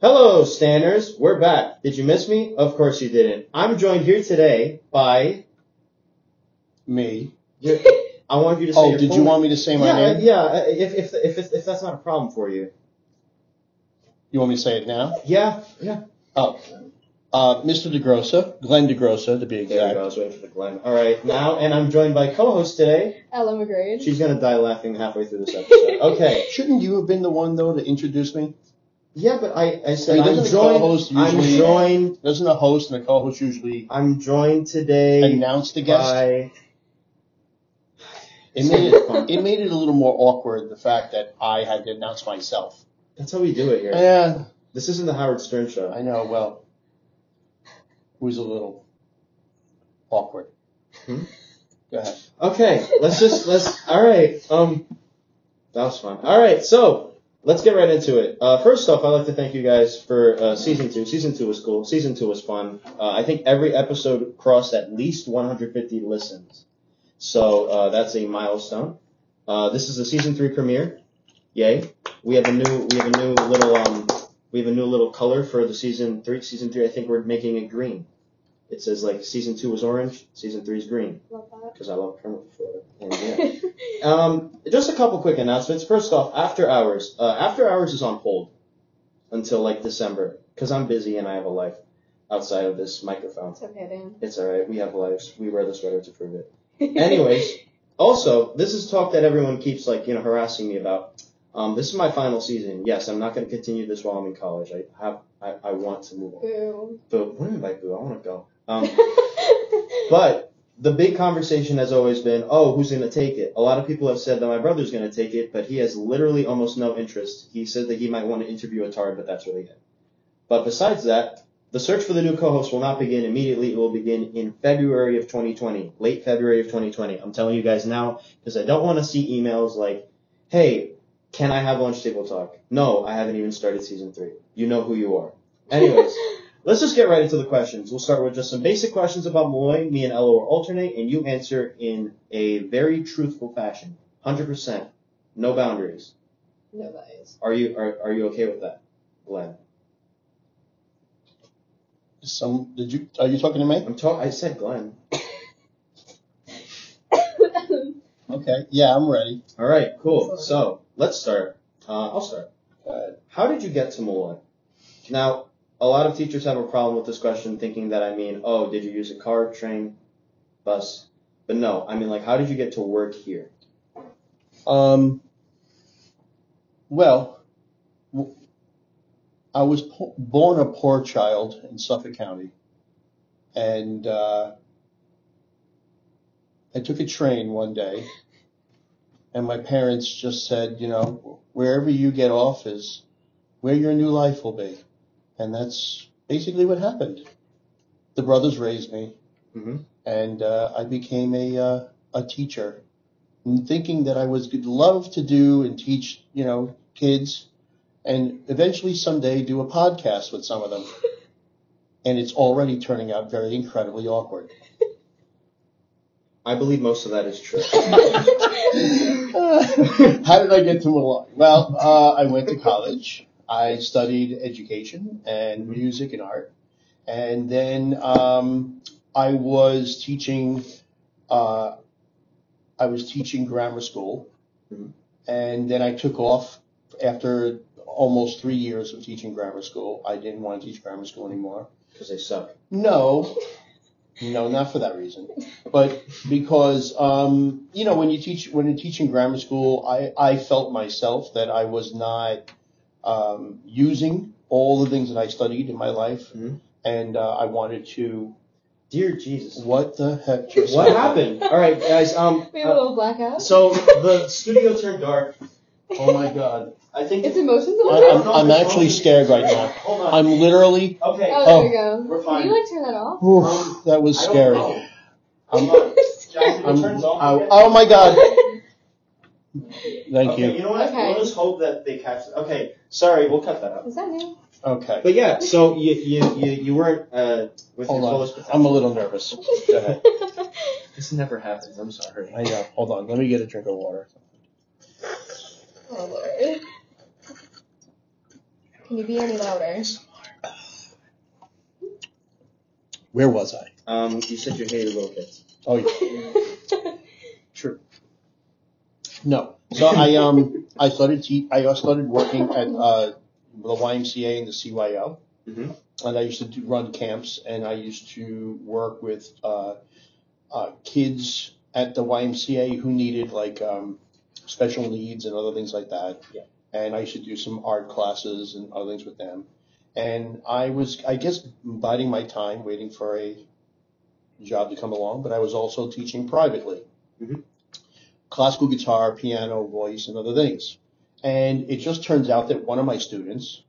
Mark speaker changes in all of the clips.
Speaker 1: Hello, Stanners. We're back. Did you miss me? Of course you didn't. I'm joined here today by.
Speaker 2: Me.
Speaker 1: Your, I want you to say.
Speaker 2: Oh,
Speaker 1: your
Speaker 2: did
Speaker 1: full
Speaker 2: you
Speaker 1: name.
Speaker 2: want me to say my
Speaker 1: yeah,
Speaker 2: name?
Speaker 1: yeah. uh, If if if if, if that's not a problem for you.
Speaker 2: You want me to say it now? Oh.
Speaker 1: Yeah, yeah.
Speaker 2: Uh, Mr. DeGrossa, Glenn DeGrossa to
Speaker 1: There we
Speaker 2: be exact.
Speaker 1: go. I was waiting for the Glenn. All right, now, and I'm joined by co-host today.
Speaker 3: Ella McGrade.
Speaker 1: She's gonna die laughing halfway through this episode. Okay.
Speaker 2: Shouldn't you have been the one though to introduce me?
Speaker 1: Yeah, but I I said
Speaker 2: Wait,
Speaker 1: I'm
Speaker 2: doesn't the
Speaker 1: joined.
Speaker 2: co-host
Speaker 1: I'm
Speaker 2: usually-
Speaker 1: joined.
Speaker 2: Doesn't a host and a co-host usually
Speaker 1: I'm joined today
Speaker 2: announce the guest?
Speaker 1: by.
Speaker 2: It made it, it made it a little more awkward the fact that I had to announce myself.
Speaker 1: That's how we do it here.
Speaker 2: Yeah,
Speaker 1: This isn't the Howard Stern show.
Speaker 2: I know. Well, it was a little awkward.
Speaker 1: Hmm?
Speaker 2: Go ahead.
Speaker 1: Okay, let's just let's. All right. Um, that was fun. All right, so let's get right into it. Uh, first off, I'd like to thank you guys for uh, season two. Season two was cool. Season two was fun. Uh, I think every episode crossed at least 150 listens, so uh, that's a milestone. Uh, this is the season three premiere. Yay! We have a new we have a new little um we have a new little color for the season three. Season three, I think we're making it green. It says like season two was orange, season three is green
Speaker 3: Love that.
Speaker 1: because I love Kermit the Frog. And, yeah. um, just a couple quick announcements. First off, After Hours. Uh, After Hours is on hold until like December because I'm busy and I have a life outside of this microphone.
Speaker 3: It's okay, Dan.
Speaker 1: It's all right. We have lives. We wear the sweater to prove it. Anyways, also this is talk that everyone keeps like you know harassing me about. Um, this is my final season. Yes, I'm not going to continue this while I'm in college. I have. I, I want to move on.
Speaker 3: Boo.
Speaker 1: But what am I boo? I want to go. Um, but the big conversation has always been, oh, who's going to take it? A lot of people have said that my brother's going to take it, but he has literally almost no interest. He said that he might want to interview Atari, but that's really it. But besides that, the search for the new co-host will not begin immediately. It will begin in February of 2020, late February of 2020. I'm telling you guys now because I don't want to see emails like, hey, can I have lunch table talk? No, I haven't even started season three. You know who you are. Anyways. Let's just get right into the questions. We'll start with just some basic questions about Malloy. Me and Ella will alternate, and you answer in a very truthful fashion. 100%. No boundaries.
Speaker 3: no, that is.
Speaker 1: Are you are, are you okay with that, Glenn?
Speaker 2: Some did you? Are you talking to me?
Speaker 1: I'm ta- I said Glenn.
Speaker 2: Okay. Yeah, I'm ready.
Speaker 1: All right, cool. So let's start. Uh, I'll start.
Speaker 2: Go ahead.
Speaker 1: How did you get to Malloy? Now, a lot of teachers have a problem with this question, thinking that I mean, oh, did you use a car, train, bus? But no, I mean, like, how did you get to work here?
Speaker 2: Um, well, w- I was po- born a poor child in Suffolk County, and uh, I took a train one day, and my parents just said, you know, wherever you get off is where your new life will be, and that's basically what happened. The brothers raised me
Speaker 1: Mm-hmm.
Speaker 2: and uh, I became a uh, a teacher, and thinking that I was would love to do and teach, you know, kids, and eventually someday do a podcast with some of them. And it's already turning out very incredibly awkward.
Speaker 1: I believe most of that is true.
Speaker 2: How did I get to Milan? Well, uh, I went to college. I studied education and music and art, and then um, I was teaching. Uh, I was teaching grammar school,
Speaker 1: Mhm.
Speaker 2: and then I took off after almost three years of teaching grammar school. I didn't want to teach grammar school anymore.
Speaker 1: because they suck.
Speaker 2: No, no, not for that reason, but because um, you know when you teach when you're teaching grammar school, I I felt myself that I was not um, using all the things that I studied in my life,
Speaker 1: Mhm.
Speaker 2: and uh, I wanted to.
Speaker 1: Dear Jesus,
Speaker 2: What the heck? just
Speaker 1: what happened? All right, guys. Um,
Speaker 3: we have a little blackout.
Speaker 1: so the studio turned dark.
Speaker 2: Oh my god!
Speaker 1: I think
Speaker 3: It's emotions
Speaker 2: I,
Speaker 3: all the
Speaker 2: I'm, I'm actually scared right now.
Speaker 1: Hold on.
Speaker 2: I'm literally.
Speaker 1: okay.
Speaker 3: Oh,
Speaker 2: Oh,
Speaker 3: there we go.
Speaker 1: we're
Speaker 3: Can
Speaker 1: fine.
Speaker 3: you like turn that off?
Speaker 2: Oof, that was
Speaker 1: I don't
Speaker 2: scary.
Speaker 1: know.
Speaker 2: I'm-
Speaker 1: Hold on.
Speaker 3: Scared.
Speaker 1: Jackson, it
Speaker 2: I'm-
Speaker 1: turns off.
Speaker 2: oh,
Speaker 1: again.
Speaker 2: oh my god! Thank
Speaker 1: okay, you.
Speaker 2: you.
Speaker 1: know what?
Speaker 3: Okay.
Speaker 1: We'll just hope that they catch. it. Okay, sorry, we'll cut that out.
Speaker 3: Is that new?
Speaker 2: Okay,
Speaker 1: But yeah, so you you you, you weren't uh with
Speaker 2: hold
Speaker 1: your
Speaker 2: on.
Speaker 1: fullest potential.
Speaker 2: I'm a little nervous. Go ahead.
Speaker 1: This never happens. I'm sorry.
Speaker 2: I know. Hold on. Let me get a drink of water.
Speaker 3: Oh, Lord. Can you be any louder?
Speaker 2: Where was I?
Speaker 1: Um, you said you hated little kids.
Speaker 2: Oh, yeah. True. No. So I um I started te- I started working at uh, the YMCA and the CYO,
Speaker 1: Mhm.
Speaker 2: and I used to do, run camps, and I used to work with uh, uh, kids at the YMCA who needed like um, special needs and other things like that.
Speaker 1: Yeah.
Speaker 2: And I used to do some art classes and other things with them. And I was, I guess, biding my time, waiting for a job to come along, but I was also teaching privately
Speaker 1: Mhm.
Speaker 2: classical guitar, piano, voice, and other things. And it just turns out that one of my students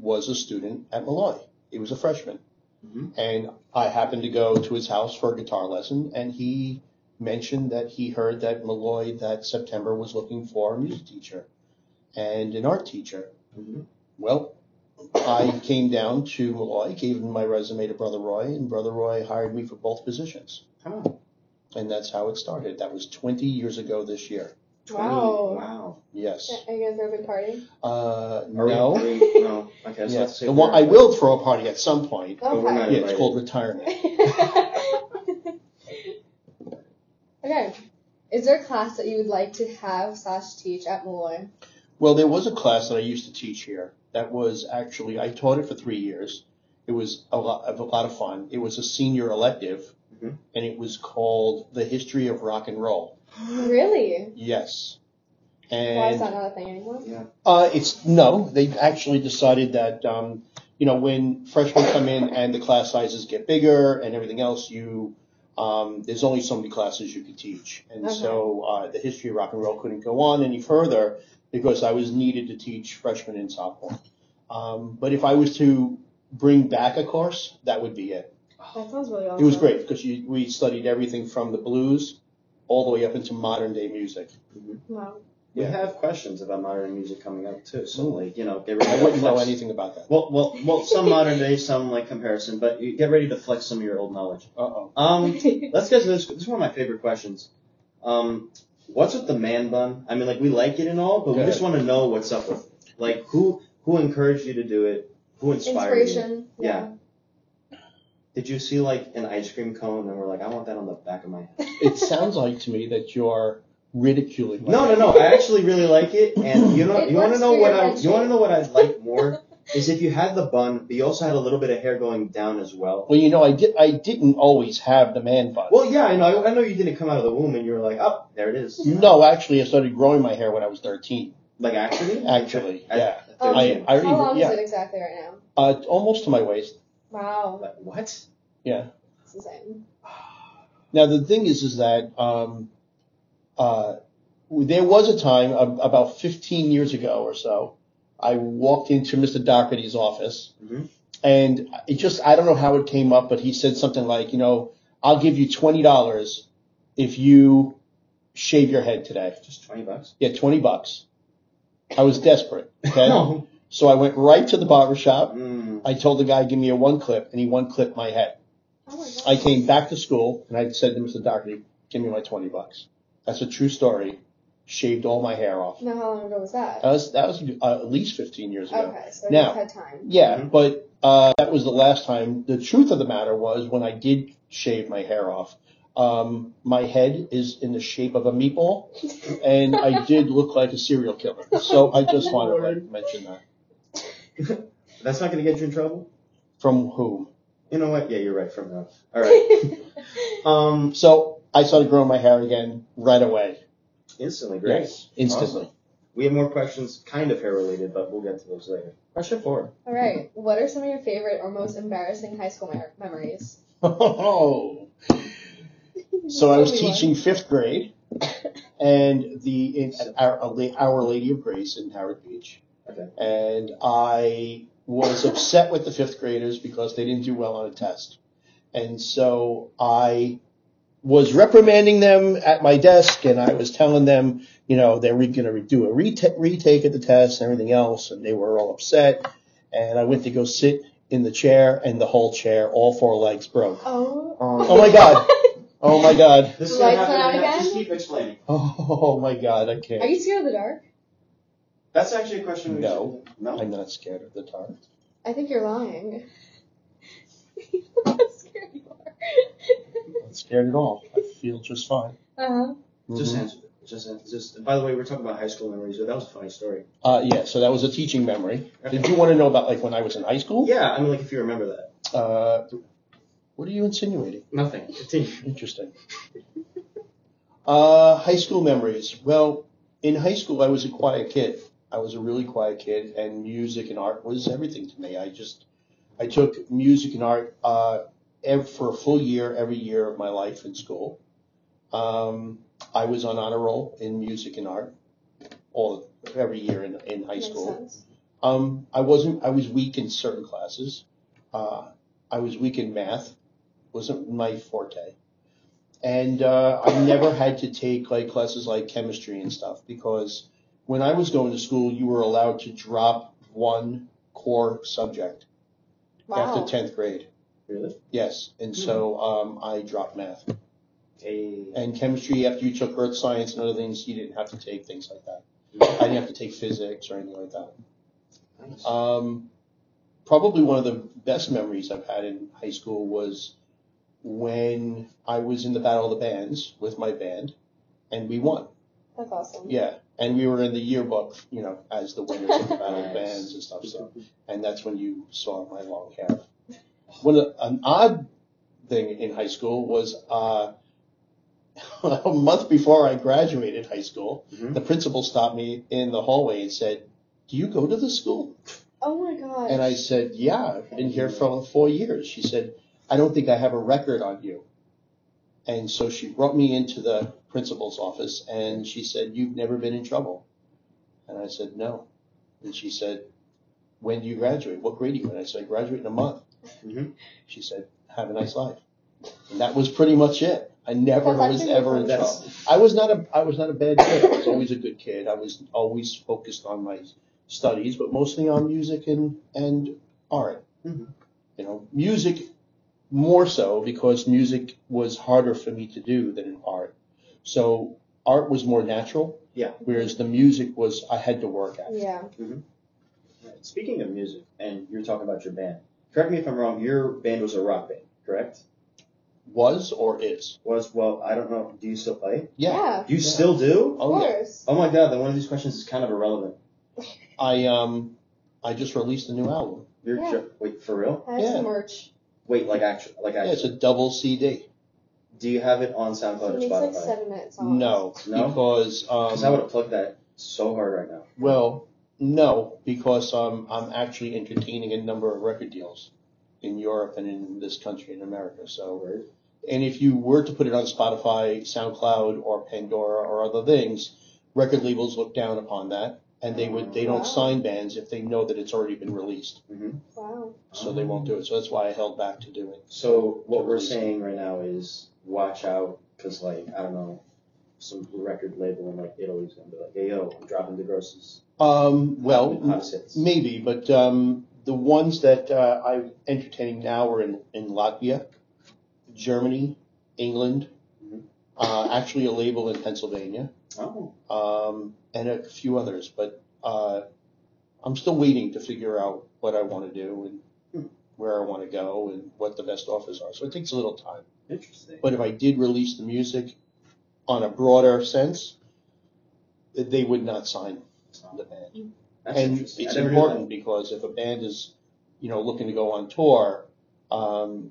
Speaker 2: was a student at Malloy. He was a freshman.
Speaker 1: Mhm.
Speaker 2: And I happened to go to his house for a guitar lesson, and he mentioned that he heard that Malloy that September was looking for a music teacher and an art teacher.
Speaker 1: Mhm.
Speaker 2: Well, I came down to Malloy, gave him my resume to Brother Roy, and Brother Roy hired me for both positions.
Speaker 1: Come on.
Speaker 2: And that's how it started. That was 20 years ago this year.
Speaker 1: 20.
Speaker 3: Wow.
Speaker 1: Wow.
Speaker 2: Yes.
Speaker 3: Are you guys ever partying?
Speaker 2: Uh,
Speaker 1: Are we-
Speaker 2: no.
Speaker 1: are we- no. Okay, so
Speaker 2: Yes.
Speaker 1: let's say
Speaker 2: The one-
Speaker 1: we're-
Speaker 2: I will throw a party at some point.
Speaker 1: But we're not
Speaker 2: Yeah, it's
Speaker 1: invited.
Speaker 2: called retirement.
Speaker 3: okay. Is there a class that you would like to have slash teach at Malloy?
Speaker 2: Well, there was a class that I used to teach here that was actually, I taught it for three years. It was a lot, a lot of fun. It was a senior elective,
Speaker 1: Mhm.
Speaker 2: and it was called The History of Rock and Roll.
Speaker 3: Really?
Speaker 2: Yes.
Speaker 3: Why is
Speaker 2: And
Speaker 3: that not a thing anymore?
Speaker 2: Uh, it's no. They've actually decided that um, you know when freshmen come in and the class sizes get bigger and everything else, you um, there's only so many classes you can teach, and
Speaker 3: Okay.
Speaker 2: so uh, the history of rock and roll couldn't go on any further because I was needed to teach freshmen and sophomore. Um, but if I was to bring back a course, that would be it.
Speaker 3: That sounds really awesome.
Speaker 2: It was great because you, we studied everything from the blues all the way up into modern day music.
Speaker 3: Wow.
Speaker 1: We
Speaker 2: Yeah.
Speaker 1: have questions about modern music coming up too, so
Speaker 2: Mm.
Speaker 1: like you know, get ready.
Speaker 2: I
Speaker 1: to
Speaker 2: wouldn't know
Speaker 1: flex-
Speaker 2: anything about that.
Speaker 1: Well, well, well, some modern day, some like comparison, but you get ready to flex some of your old knowledge.
Speaker 2: Uh oh.
Speaker 1: Um, let's get to this. This is one of my favorite questions. Um, what's with the man bun? I mean, like we like it and all, but we
Speaker 2: Yeah.
Speaker 1: just want to know what's up with it. Like who who encouraged you to do it? Who inspired you?
Speaker 3: Inspiration.
Speaker 1: Yeah. Did you see like an ice cream cone and we're like, I want that on the back of my head?
Speaker 2: It sounds like to me that you're ridiculing. my-
Speaker 1: No, no, no. I actually really like it, and you know,
Speaker 3: It
Speaker 1: you want to
Speaker 3: works
Speaker 1: know
Speaker 3: for
Speaker 1: what
Speaker 3: your
Speaker 1: I
Speaker 3: head
Speaker 1: you want to
Speaker 3: shape.
Speaker 1: know what I like more is if you had the bun, but you also had a little bit of hair going down as well.
Speaker 2: Well, you know, I did. I didn't always have the man bun.
Speaker 1: Well, yeah, I know. I know you didn't come out of the womb, and you were like, "Oh, there it is."
Speaker 2: no, actually, I started growing my hair when I was 13.
Speaker 1: Like actually,
Speaker 2: Actually,
Speaker 1: At-
Speaker 2: yeah,
Speaker 1: at
Speaker 3: Oh.
Speaker 2: I,
Speaker 1: 13.
Speaker 2: I
Speaker 3: How long
Speaker 2: even, yeah,
Speaker 3: is it exactly right now?
Speaker 2: uh, almost to my waist.
Speaker 3: Wow.
Speaker 1: Like, what?
Speaker 3: It's insane.
Speaker 2: Now the thing is, is that um, uh, there was a time a- about 15 years ago or so, I walked into Mr. Doherty's office,
Speaker 1: Mhm.
Speaker 2: and it just I don't know how it came up, but he said something like, you know, I'll give you twenty dollars if you shave your head today.
Speaker 1: Just twenty bucks?
Speaker 2: Yeah, twenty bucks. I was desperate. Okay.
Speaker 1: No.
Speaker 2: So I went right to the barber shop.
Speaker 1: Mm.
Speaker 2: I told the guy, give me a one clip, and he one clipped my head.
Speaker 3: Oh my god.
Speaker 2: I came back to school and I said to Mr. Doherty, give me my 20 bucks. That's a true story. Shaved all my hair off.
Speaker 3: Now, how long ago was that?
Speaker 2: That was, that was uh, at least 15 years ago.
Speaker 3: Okay, so
Speaker 2: Now-
Speaker 3: you've had time.
Speaker 2: Yeah,
Speaker 1: Mhm.
Speaker 2: but uh, that was the last time. The truth of the matter was when I did shave my hair off, um, my head is in the shape of a meatball and I did look like a serial killer. So I just wanted to like, mention that.
Speaker 1: That's not gonna get you in trouble.
Speaker 2: From whom?
Speaker 1: You know what? Yeah, you're right. From now. All right. Um,
Speaker 2: So I started growing my hair again right away.
Speaker 1: instantly, great.
Speaker 2: Yes, instantly.
Speaker 1: We have more questions, kind of hair related, but we'll get to those later. Question four.
Speaker 3: All right. What are some of your favorite or most embarrassing high school mer- memories?
Speaker 2: Oh. So I was
Speaker 3: Tell me one.
Speaker 2: teaching fifth grade, and the in, at our, our Lady of Grace in Howard Beach,
Speaker 1: Okay.
Speaker 2: and I was upset with the fifth graders because they didn't do well on a test, and so I was reprimanding them at my desk, and I was telling them, you know, they were going to do a reta- retake of the test and everything else, and they were all upset, and I went to go sit in the chair, and the whole chair, all four legs broke.
Speaker 3: Oh.
Speaker 2: Oh my god. Oh my god.
Speaker 1: This
Speaker 3: Lights went out
Speaker 1: again.
Speaker 3: again?
Speaker 1: Just keep explaining.
Speaker 2: Oh my god, I
Speaker 3: Are
Speaker 2: can't.
Speaker 3: you scared of the dark?
Speaker 1: That's actually a question we
Speaker 2: No.
Speaker 1: should. No.
Speaker 2: I'm not scared of the dark.
Speaker 3: I think you're lying. How scared you are.
Speaker 2: Not scared at all. I feel just fine.
Speaker 3: uh-huh.
Speaker 1: Just
Speaker 2: Mhm.
Speaker 1: answer. Just answer. Just. By the way, we're talking about high school memories, so that was a funny story.
Speaker 2: Uh, yeah, so that was a teaching memory.
Speaker 1: Okay.
Speaker 2: Did you want to know about like when I was in high school?
Speaker 1: Yeah, I mean, like if you remember that.
Speaker 2: Uh, what are you insinuating?
Speaker 1: Nothing. Continue.
Speaker 2: Interesting. Uh, high school memories. Well, in high school, I was a quiet kid. I was a really quiet kid, and music and art was everything to me. I just, I took music and art uh, ev- for a full year, every year of my life in school. Um, I was on honor roll in music and art all every year in, in high
Speaker 3: Makes
Speaker 2: school.
Speaker 3: sense.
Speaker 2: Um, I wasn't. I was weak in certain classes. Uh, I was weak in math. wasn't my forte. And uh, I never had to take like classes like chemistry and stuff because when I was going to school, you were allowed to drop one core subject
Speaker 3: Wow.
Speaker 2: after tenth grade.
Speaker 1: Really?
Speaker 2: Yes, and so um, I dropped math
Speaker 1: A.
Speaker 2: and chemistry. After you took earth science and other things, you didn't have to take things like that. I didn't have to take physics or anything like that.
Speaker 1: Nice.
Speaker 2: Um, probably one of the best memories I've had in high school was when I was in the Battle of the Bands with my band, and we won.
Speaker 3: That's awesome.
Speaker 2: Yeah, and we were in the yearbook, you know, as the winners of the Battle of the Bands and stuff. So, and that's when you saw my long hair. One of- an odd thing in high school was uh, a month before I graduated high school,
Speaker 1: Mhm.
Speaker 2: the principal stopped me in the hallway and said, "Do you go to the school?"
Speaker 3: Oh my gosh.
Speaker 2: And I said, Yeah, I've been here for four years. She said, I don't think I have a record on you. And so she brought me into the principal's office and she said, You've never been in trouble. And I said, No. And she said, When do you graduate? What grade are you in? I said, I graduate in a month.
Speaker 1: Mhm.
Speaker 2: She said, Have a nice life. And that was pretty much it. I never
Speaker 3: That's
Speaker 2: was
Speaker 3: actually
Speaker 2: ever in trouble.
Speaker 1: That's
Speaker 2: I was not a I was not a bad kid. I was always a good kid. I was always focused on my studies, but mostly on music and and art.
Speaker 3: Mm-hmm.
Speaker 1: Mhm.
Speaker 2: You know, music more so because music was harder for me to do than art. So art was more natural.
Speaker 1: Yeah.
Speaker 2: Whereas the music was I had to work at.
Speaker 3: yeah.
Speaker 1: Speaking of music, and you're talking about your band. Correct me if I'm wrong. Your band was a rock band, correct?
Speaker 2: Was or is.
Speaker 1: Was well, I don't know. Do you still play?
Speaker 2: Yeah.
Speaker 1: You
Speaker 2: Yeah.
Speaker 1: still do?
Speaker 3: Of
Speaker 2: Oh yeah.
Speaker 3: course.
Speaker 1: Oh my god, then one of these questions is kind of irrelevant.
Speaker 2: I um I just released a new album.
Speaker 1: You're
Speaker 3: Yeah.
Speaker 1: jo- wait for real?
Speaker 3: I have
Speaker 2: Yeah.
Speaker 3: some merch.
Speaker 1: Wait, like actually, like
Speaker 2: Yeah, it's
Speaker 1: actually.
Speaker 2: a double CD.
Speaker 1: Do you have it on
Speaker 3: It
Speaker 1: SoundCloud or
Speaker 3: makes like
Speaker 1: Spotify?
Speaker 3: seven minute songs.
Speaker 2: No,
Speaker 1: No?
Speaker 2: because um,
Speaker 1: Because I would have plugged that so hard right now.
Speaker 2: Well, no, because um, I'm actually entertaining a number of record deals in Europe and in this country in America. So,
Speaker 1: Word.
Speaker 2: and if you were to put it on Spotify, SoundCloud, or Pandora or other things, record labels look down upon that, and they would they don't
Speaker 3: Wow.
Speaker 2: sign bands if they know that it's already been released,
Speaker 1: Mm-hmm.
Speaker 3: Wow.
Speaker 2: so they won't do it. So that's why I held back to do it.
Speaker 1: So what we're saying right now is watch out, because like I don't know, some record label in like Italy's gonna be like, hey yo, I'm dropping the grosses.
Speaker 2: Um, well,
Speaker 1: Dropping hottest hits.
Speaker 2: Maybe, but um, the ones that uh, I'm entertaining now are in, in Latvia, Germany, England,
Speaker 1: Mhm.
Speaker 2: uh, actually a label in Pennsylvania,
Speaker 1: Oh,
Speaker 2: um, and a few others. But uh, I'm still waiting to figure out what I want to do and
Speaker 1: Hmm.
Speaker 2: where I want to go and what the best offers are. So it takes a little time.
Speaker 1: interesting.
Speaker 2: But if I did release the music on a broader sense, they would not sign the band
Speaker 1: That's
Speaker 2: and
Speaker 1: interesting. I
Speaker 2: it's
Speaker 1: never knew that.
Speaker 2: important because if a band is, you know, looking to go on tour, um,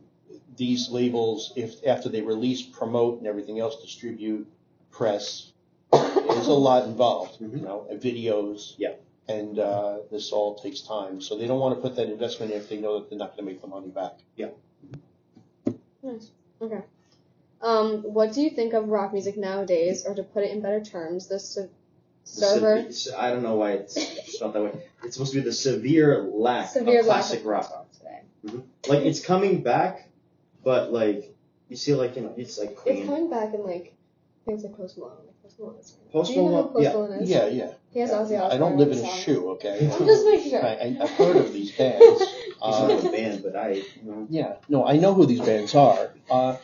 Speaker 2: these labels, if after they release, promote, and everything else, distribute, press, there's a lot involved.
Speaker 1: Mhm.
Speaker 2: You know, and videos.
Speaker 1: Yeah.
Speaker 2: And uh, this all takes time, so they don't want to put that investment in if they know that they're not going to make the money back.
Speaker 3: Nice. Okay. Um, what do you think of rock music nowadays, or to put it in better terms, the se- server?
Speaker 1: Se- I don't know why it's spelled that way. It's supposed to be the severe lack
Speaker 3: Severe
Speaker 1: of
Speaker 3: lack
Speaker 1: classic
Speaker 3: of-
Speaker 1: rock.
Speaker 3: Today.
Speaker 1: Like it's coming back, but like you see, like you know, it's like
Speaker 3: It's
Speaker 1: Queen.
Speaker 3: coming back in like things like Post Malone. Like, Post Malone is
Speaker 1: Post
Speaker 3: Do you know who
Speaker 1: Malone-
Speaker 3: Post
Speaker 1: yeah.
Speaker 3: Malone is?
Speaker 2: Yeah, yeah.
Speaker 3: He has Ozzy Osbourne.
Speaker 2: I don't live in a
Speaker 3: songs.
Speaker 2: shoe, okay?
Speaker 3: I'm just making
Speaker 2: I,
Speaker 3: sure.
Speaker 2: I, I've heard of these bands.
Speaker 1: He's
Speaker 2: Uh,
Speaker 1: not a band, but I. You know,
Speaker 2: Yeah, no, I know who these bands are. Uh,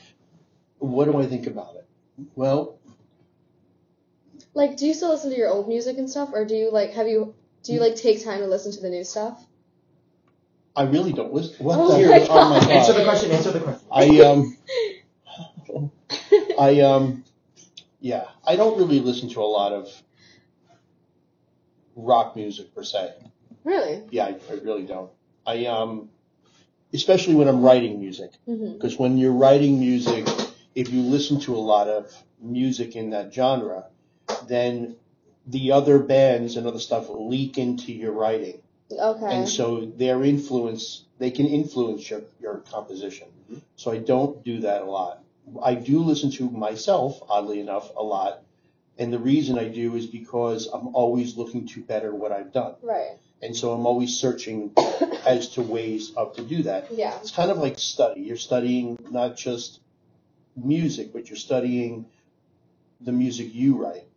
Speaker 2: what do I think about it? Well,
Speaker 3: Like, do you still listen to your old music and stuff, or do you like have you Do you like take time to listen to the new stuff?
Speaker 2: I really don't listen. What
Speaker 3: Oh
Speaker 2: the
Speaker 1: my
Speaker 2: heck? Oh my
Speaker 3: God.
Speaker 1: Answer
Speaker 2: god!
Speaker 1: the question. Answer the question.
Speaker 2: I um, I um, yeah, I don't really listen to a lot of rock music per se.
Speaker 3: really?
Speaker 2: Yeah, I, I really don't. I um, especially when I'm writing music,
Speaker 3: hmm
Speaker 2: because when you're writing music, if you listen to a lot of music in that genre, then the other bands and other stuff leak into your writing.
Speaker 3: Okay.
Speaker 2: and so their influence they can influence your, your composition
Speaker 1: Mhm.
Speaker 2: so i don't do that a lot i do listen to myself oddly enough a lot and the reason i do is because i'm always looking to better what i've done
Speaker 3: Right.
Speaker 2: and so i'm always searching as to ways of to do that
Speaker 3: Yeah.
Speaker 2: it's kind of like study you're studying not just music but you're studying the music you write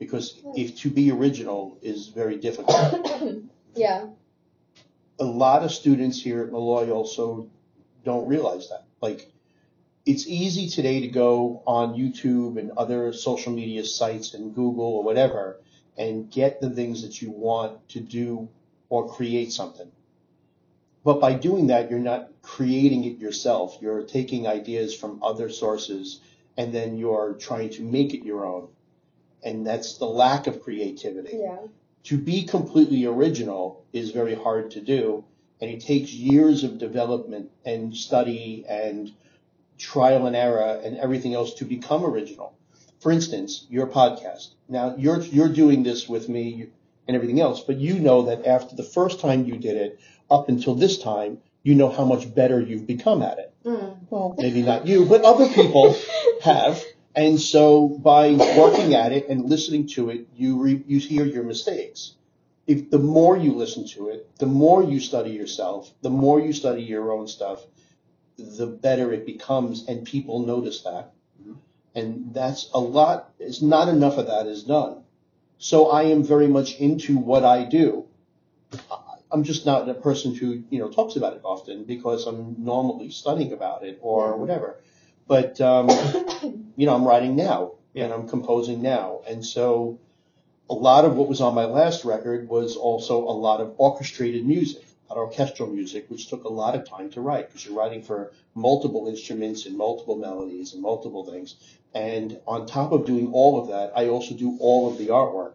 Speaker 2: because if to be original is very difficult
Speaker 3: yeah.
Speaker 2: a lot of students here at Malloy also don't realize that. Like, it's easy today to go on YouTube and other social media sites and Google or whatever and get the things that you want to do or create something. But by doing that, you're not creating it yourself. You're taking ideas from other sources and then you're trying to make it your own. And that's the lack of creativity
Speaker 3: Yeah.
Speaker 2: to be completely original is very hard to do and it takes years of development and study and trial and error and everything else to become original for instance your podcast now you're you're doing this with me and everything else but you know that after the first time you did it up until this time you know how much better you've become at it well maybe not you but other people have. And so by working at it and listening to it, you re- you hear your mistakes. If the more you listen to it, the more you study yourself, the more you study your own stuff, the better it becomes, and people notice that. And that's a lot. It's not enough of that is done. So I am very much into what I do. I- I'm just not a person who you know talks about it often because I'm normally studying about it or whatever. But um, you know, I'm writing now and I'm composing now. And so a lot of what was on my last record was also a lot of orchestrated music, not orchestral music, which took a lot of time to write because you're writing for multiple instruments and multiple melodies and multiple things. And on top of doing all of that, I also do all of the artwork.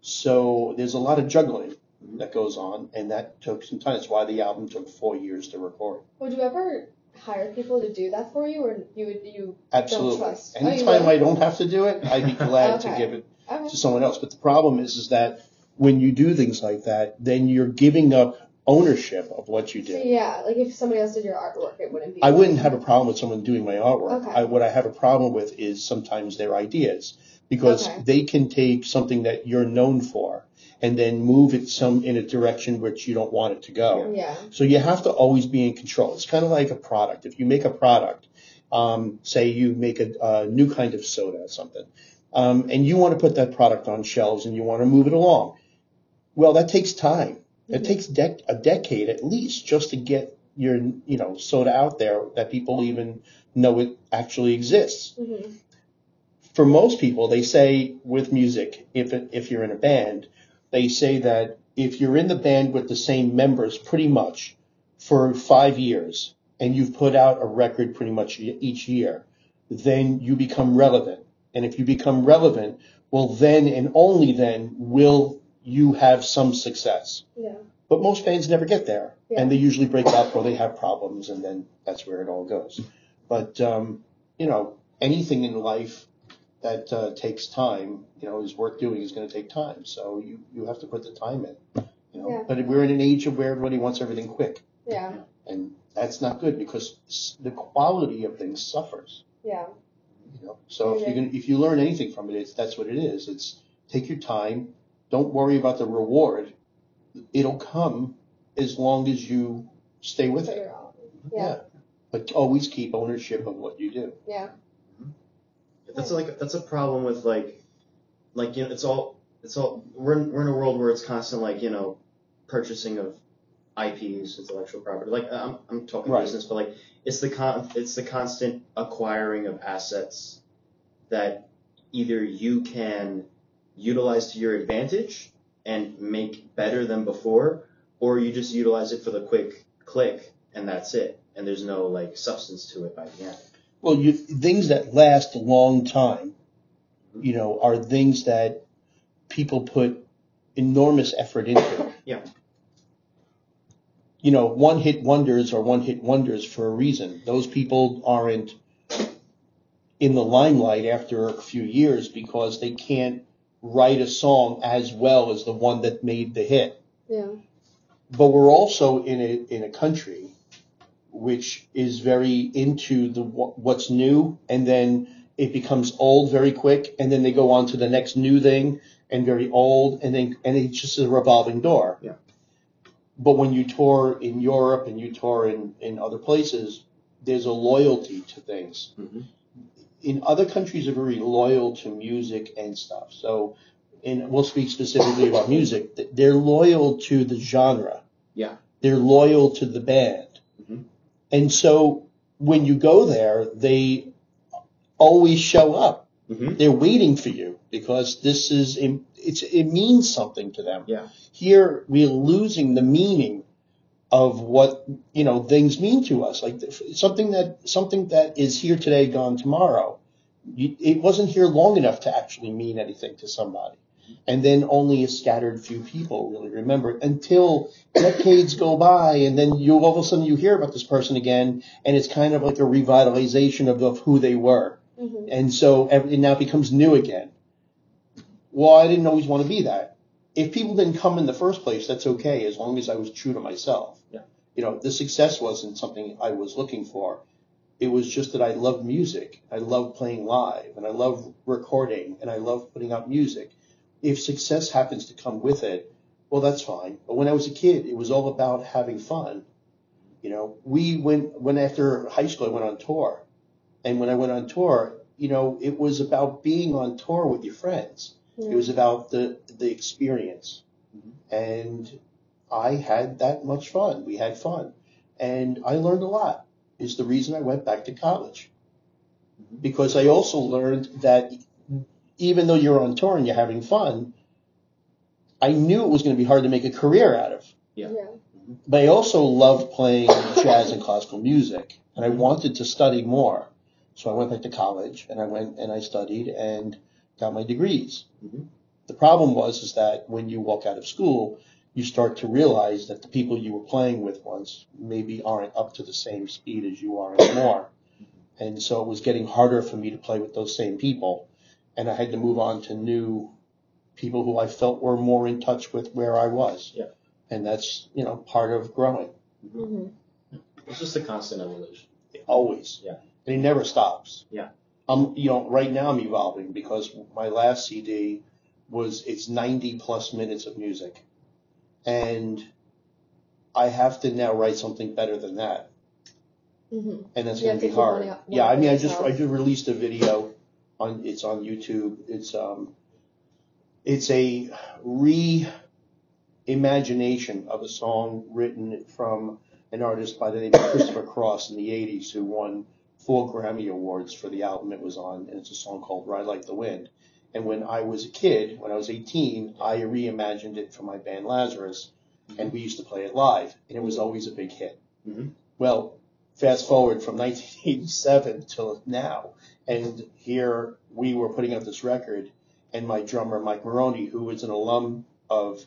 Speaker 2: So there's a lot of juggling that goes on, and that took some time. That's why the album took four years to record.
Speaker 3: Would you ever hire people to do that for you, or you would you?
Speaker 2: Absolutely.
Speaker 3: trust. Oh, you
Speaker 2: Anytime
Speaker 3: would?
Speaker 2: I don't have to do it, I'd be glad to
Speaker 3: Okay.
Speaker 2: give it
Speaker 3: Okay.
Speaker 2: to someone else. But the problem is, is that when you do things like that, then you're giving up ownership of what you
Speaker 3: So
Speaker 2: do.
Speaker 3: yeah, like if somebody else did your artwork, it wouldn't be.
Speaker 2: I wouldn't have a problem with someone doing my artwork.
Speaker 3: Okay.
Speaker 2: I, what I have a problem with is sometimes their ideas because
Speaker 3: Okay.
Speaker 2: they can take something that you're known for and then move it some in a direction which you don't want it to go.
Speaker 3: Yeah.
Speaker 2: So you have to always be in control. It's kind of like a product. If you make a product, um, say you make a, a new kind of soda or something, um, and you want to put that product on shelves and you want to move it along. Well, that takes time. It
Speaker 3: Mhm.
Speaker 2: takes dec- a decade at least just to get your you know soda out there that people even know it actually exists
Speaker 3: hmm
Speaker 2: for most people, they say with music, if it, if you're in a band, they say that if you're in the band with the same members pretty much for five years and you've put out a record pretty much e- each year, then you become relevant. And if you become relevant, well, then and only then will you have some success.
Speaker 3: Yeah.
Speaker 2: But most bands never get there,
Speaker 3: Yeah.
Speaker 2: and they usually break up or they have problems, and then that's where it all goes. But um, you know, anything in life that uh, takes time, you know, is worth doing is going to take time. So you you have to put the time in. You know,
Speaker 3: Yeah.
Speaker 2: but we're in an age of where everybody wants everything quick,
Speaker 3: Yeah.
Speaker 2: and that's not good because s- the quality of things suffers.
Speaker 3: Yeah.
Speaker 2: You know, so if
Speaker 3: Okay.
Speaker 2: you can, if you learn anything from it, it's that's what it is. It's take your time. Don't worry about the reward. It'll come as long as you stay with
Speaker 3: But
Speaker 2: it.
Speaker 3: you're all- Yeah.
Speaker 2: But always keep ownership of what you do.
Speaker 3: Yeah.
Speaker 1: That's like that's a problem with like, like you know, it's all it's all we're in, we're in a world where it's constant like you know, purchasing of IPs, intellectual property. Like I'm I'm talking
Speaker 2: Right.
Speaker 1: business, but like it's the con it's the constant acquiring of assets that either you can utilize to your advantage and make better than before, or you just utilize it for the quick click and that's it, and there's no like substance to it by the end.
Speaker 2: Well, you, things that last a long time, you know, are things that people put enormous effort into.
Speaker 1: Yeah.
Speaker 2: You know, one hit wonders are one hit wonders for a reason. Those people aren't in the limelight after a few years because they can't write a song as well as the one that made the hit
Speaker 3: Yeah.
Speaker 2: but we're also in a in a country which is very into the wh- what's new, and then it becomes old very quick, and then they go on to the next new thing and very old, and then and it's just a revolving door.
Speaker 1: Yeah.
Speaker 2: But when you tour in Europe and you tour in in other places, there's a loyalty to things.
Speaker 1: Mhm.
Speaker 2: In other countries, are very loyal to music and stuff. So and we'll speak specifically about music, th- they're loyal to the genre.
Speaker 1: Yeah.
Speaker 2: They're loyal to the band.
Speaker 1: Mhm.
Speaker 2: And so when you go there, they always show up.
Speaker 1: Mhm.
Speaker 2: They're waiting for you because this is, im- it's, it means something to them.
Speaker 1: Yeah.
Speaker 2: Here we're losing the meaning of what, you know, things mean to us. Like th- something that, something that is here today, gone tomorrow. You, it wasn't here long enough to actually mean anything to somebody and then only a scattered few people really remember it until decades go by and then you all of a sudden you hear about this person again and it's kind of like a revitalization of, of who they were
Speaker 3: hmm
Speaker 2: and so ev- it now becomes new again well i didn't always want to be that if people didn't come in the first place that's okay as long as i was true to myself
Speaker 1: Yeah.
Speaker 2: you know the success wasn't something i was looking for it was just that i love music i love playing live and i love recording and i love putting out music if success happens to come with it, well, that's fine. But when I was a kid, it was all about having fun. You know, we went when after high school, I went on tour, and when I went on tour, you know, it was about being on tour with your friends. It was about the the experience,
Speaker 1: Mhm.
Speaker 2: and I had that much fun. We had fun, and I learned a lot. Is the reason I went back to college
Speaker 1: Mhm.
Speaker 2: because I also learned that even though you're on tour and you're having fun, I knew it was going to be hard to make a career out of.
Speaker 1: Yeah.
Speaker 3: yeah.
Speaker 2: But I also loved playing jazz and classical music, and I wanted to study more. So I went back to college, and I went and I studied and got my degrees.
Speaker 1: Mhm.
Speaker 2: The problem was is that when you walk out of school, you start to realize that the people you were playing with once maybe aren't up to the same speed as you are anymore. And so it was getting harder for me to play with those same people, and I had to move on to new people who I felt were more in touch with where I was and that's you know part of growing
Speaker 3: hmm
Speaker 1: It's just a constant evolution.
Speaker 2: always
Speaker 1: Yeah.
Speaker 2: and it never stops
Speaker 1: Yeah.
Speaker 2: i'm you know right now i'm evolving because my last cd was it's 90 plus minutes of music and i have to now write something better than that
Speaker 3: hmm
Speaker 2: and that's
Speaker 3: You
Speaker 2: going to
Speaker 3: have to
Speaker 2: be
Speaker 3: keep
Speaker 2: hard
Speaker 3: wanting up-
Speaker 2: yeah i
Speaker 3: wanting
Speaker 2: mean i
Speaker 3: to
Speaker 2: just i
Speaker 3: yourself.
Speaker 2: just released a video on it's on youtube it's um it's a reimagination of a song written from an artist by the name of Christopher Cross in the 80s who won four Grammy Awards for the album it was on, and it's a song called Ride Like the Wind. And when I was a kid, when I was 18, I reimagined it for my band Lazarus, and we used to play it live, and it was always a big hit.
Speaker 1: Mhm.
Speaker 2: Well, fast forward from 1987 till now, and here we were putting out this record, and my drummer Mike Maroney, who is an alum of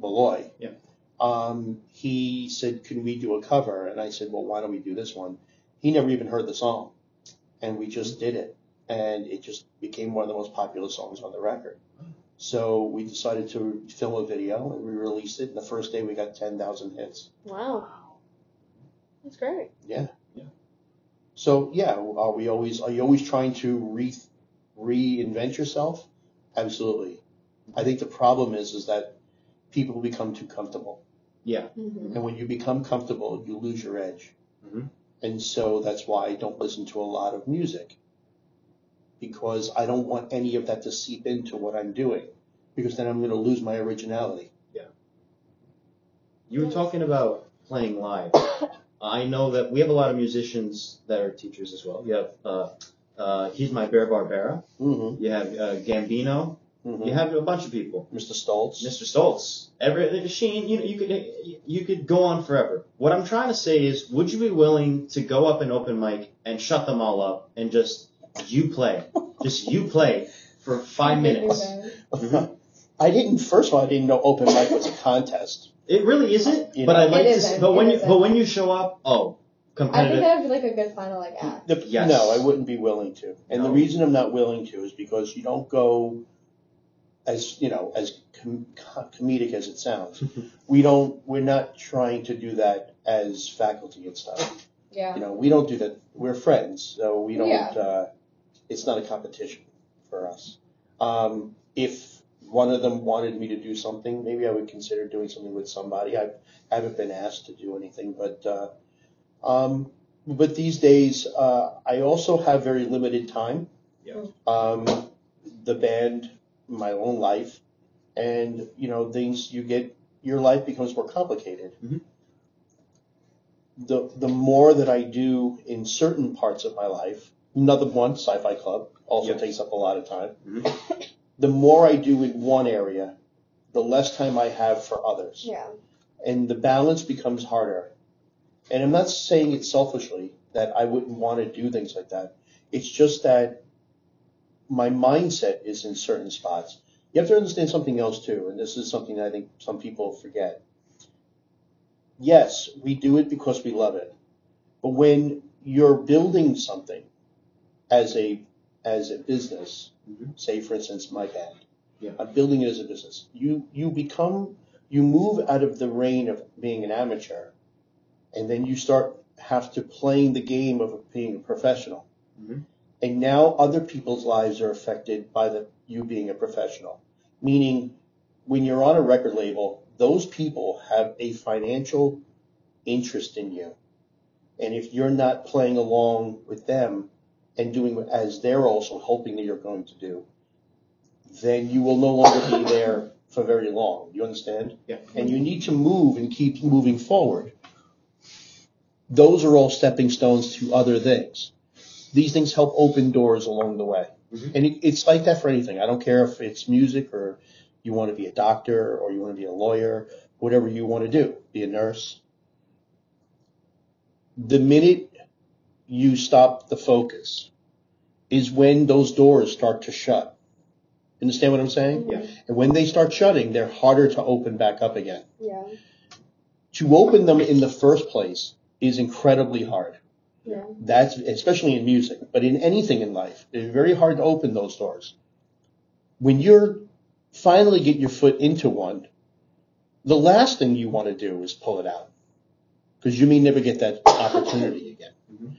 Speaker 2: Malloy,
Speaker 1: Yeah.
Speaker 2: um, he said, "Can we do a cover?" And I said, "Well, why don't we do this one?" He never even heard the song, and we just did it, and it just became one of the most popular songs on the record. So we decided to film a video, and we released it. And the first day, we got 10,000 hits.
Speaker 3: Wow. That's great.
Speaker 2: So yeah, are we always are you always trying to re reinvent yourself? Absolutely. I think the problem is is that people become too comfortable,
Speaker 3: hmm
Speaker 2: and when you become comfortable, you lose your edge.
Speaker 1: Mhm.
Speaker 2: And so that's why I don't listen to a lot of music because I don't want any of that to seep into what I'm doing because then I'm going to lose my originality.
Speaker 1: You were
Speaker 3: Yes.
Speaker 1: talking about playing live. I know that we have a lot of musicians that are teachers as well. You have uh, uh, he's my Bear Barbera.
Speaker 2: Mm-hmm.
Speaker 1: You have uh, Gambino.
Speaker 2: Mhm.
Speaker 1: You have a bunch of people.
Speaker 2: Mr. Stoltz.
Speaker 1: Mr. Stoltz, every Sheen, you know, you could you could go on forever. What I'm trying to say is, would you be willing to go up an open mic and shut them all up and just you play, just you play for five minutes? Mhm.
Speaker 2: I didn't. First of all, I didn't know open mic was a contest.
Speaker 1: It really isn't,
Speaker 2: You
Speaker 1: but
Speaker 2: know.
Speaker 1: I like
Speaker 3: It
Speaker 1: to.
Speaker 3: isn't.
Speaker 1: s- But
Speaker 3: It
Speaker 1: when you
Speaker 3: isn't.
Speaker 1: but when you show up, oh,
Speaker 3: I think
Speaker 1: competitive.
Speaker 3: that would be like a good final like act.
Speaker 2: The-
Speaker 1: Yes.
Speaker 2: No, I wouldn't be willing to. And the
Speaker 1: No.
Speaker 2: reason I'm not willing to is because you don't go as you know as com- com- comedic as it sounds. we don't. We're not trying to do that as faculty and stuff.
Speaker 3: Yeah.
Speaker 2: You know, we don't do that. We're friends, so we don't.
Speaker 3: Yeah.
Speaker 2: Uh, it's not a competition for us. Um, if one of them wanted me to do something, maybe I would consider doing something with somebody. I haven't been asked to do anything, but uh, um, but these days uh, I also have very limited time.
Speaker 1: Yeah.
Speaker 2: Um, the band, my own life, and you know things you get. Your life becomes more complicated.
Speaker 1: Mhm.
Speaker 2: The the more that I do in certain parts of my life, another one, Sci-Fi Club, also
Speaker 1: Yeah.
Speaker 2: takes up a lot of time.
Speaker 1: Mhm.
Speaker 2: The more I do in one area, the less time I have for others
Speaker 3: Yeah.
Speaker 2: and the balance becomes harder. And I'm not saying it selfishly that I wouldn't want to do things like that. It's just that my mindset is in certain spots. You have to understand something else too, and this is something that I think some people forget. Yes, we do it because we love it. But when you're building something as a as a business,
Speaker 1: Mhm.
Speaker 2: say for instance my band,
Speaker 1: Yeah.
Speaker 2: I'm building it as a business. You you become you move out of the reign of being an amateur and then you start have to playing the game of being a professional
Speaker 1: Mhm.
Speaker 2: and now other people's lives are affected by the you being a professional meaning when you're on a record label those people have a financial interest in you and if you're not playing along with them and doing as they're also hoping that you're going to do then you will no longer be there for very long you understand
Speaker 1: Yeah.
Speaker 2: and you need to move and keep moving forward. Those are all stepping stones to other things. These things help open doors along the way.
Speaker 1: Mhm.
Speaker 2: And it, it's like that for anything. I don't care if it's music or you want to be a doctor or you want to be a lawyer, whatever you want to do, be a nurse. The minute you stop the focus is when those doors start to shut. Understand what I'm saying?
Speaker 3: Mhm.
Speaker 1: Yeah.
Speaker 2: And when they start shutting, they're harder to open back up again.
Speaker 3: Yeah.
Speaker 2: To open them in the first place is incredibly hard.
Speaker 3: Yeah.
Speaker 2: That's especially in music, but in anything in life, it's very hard to open those doors. When you're finally get your foot into one, the last thing you want to do is pull it out because you may never get that opportunity again.
Speaker 1: Mhm.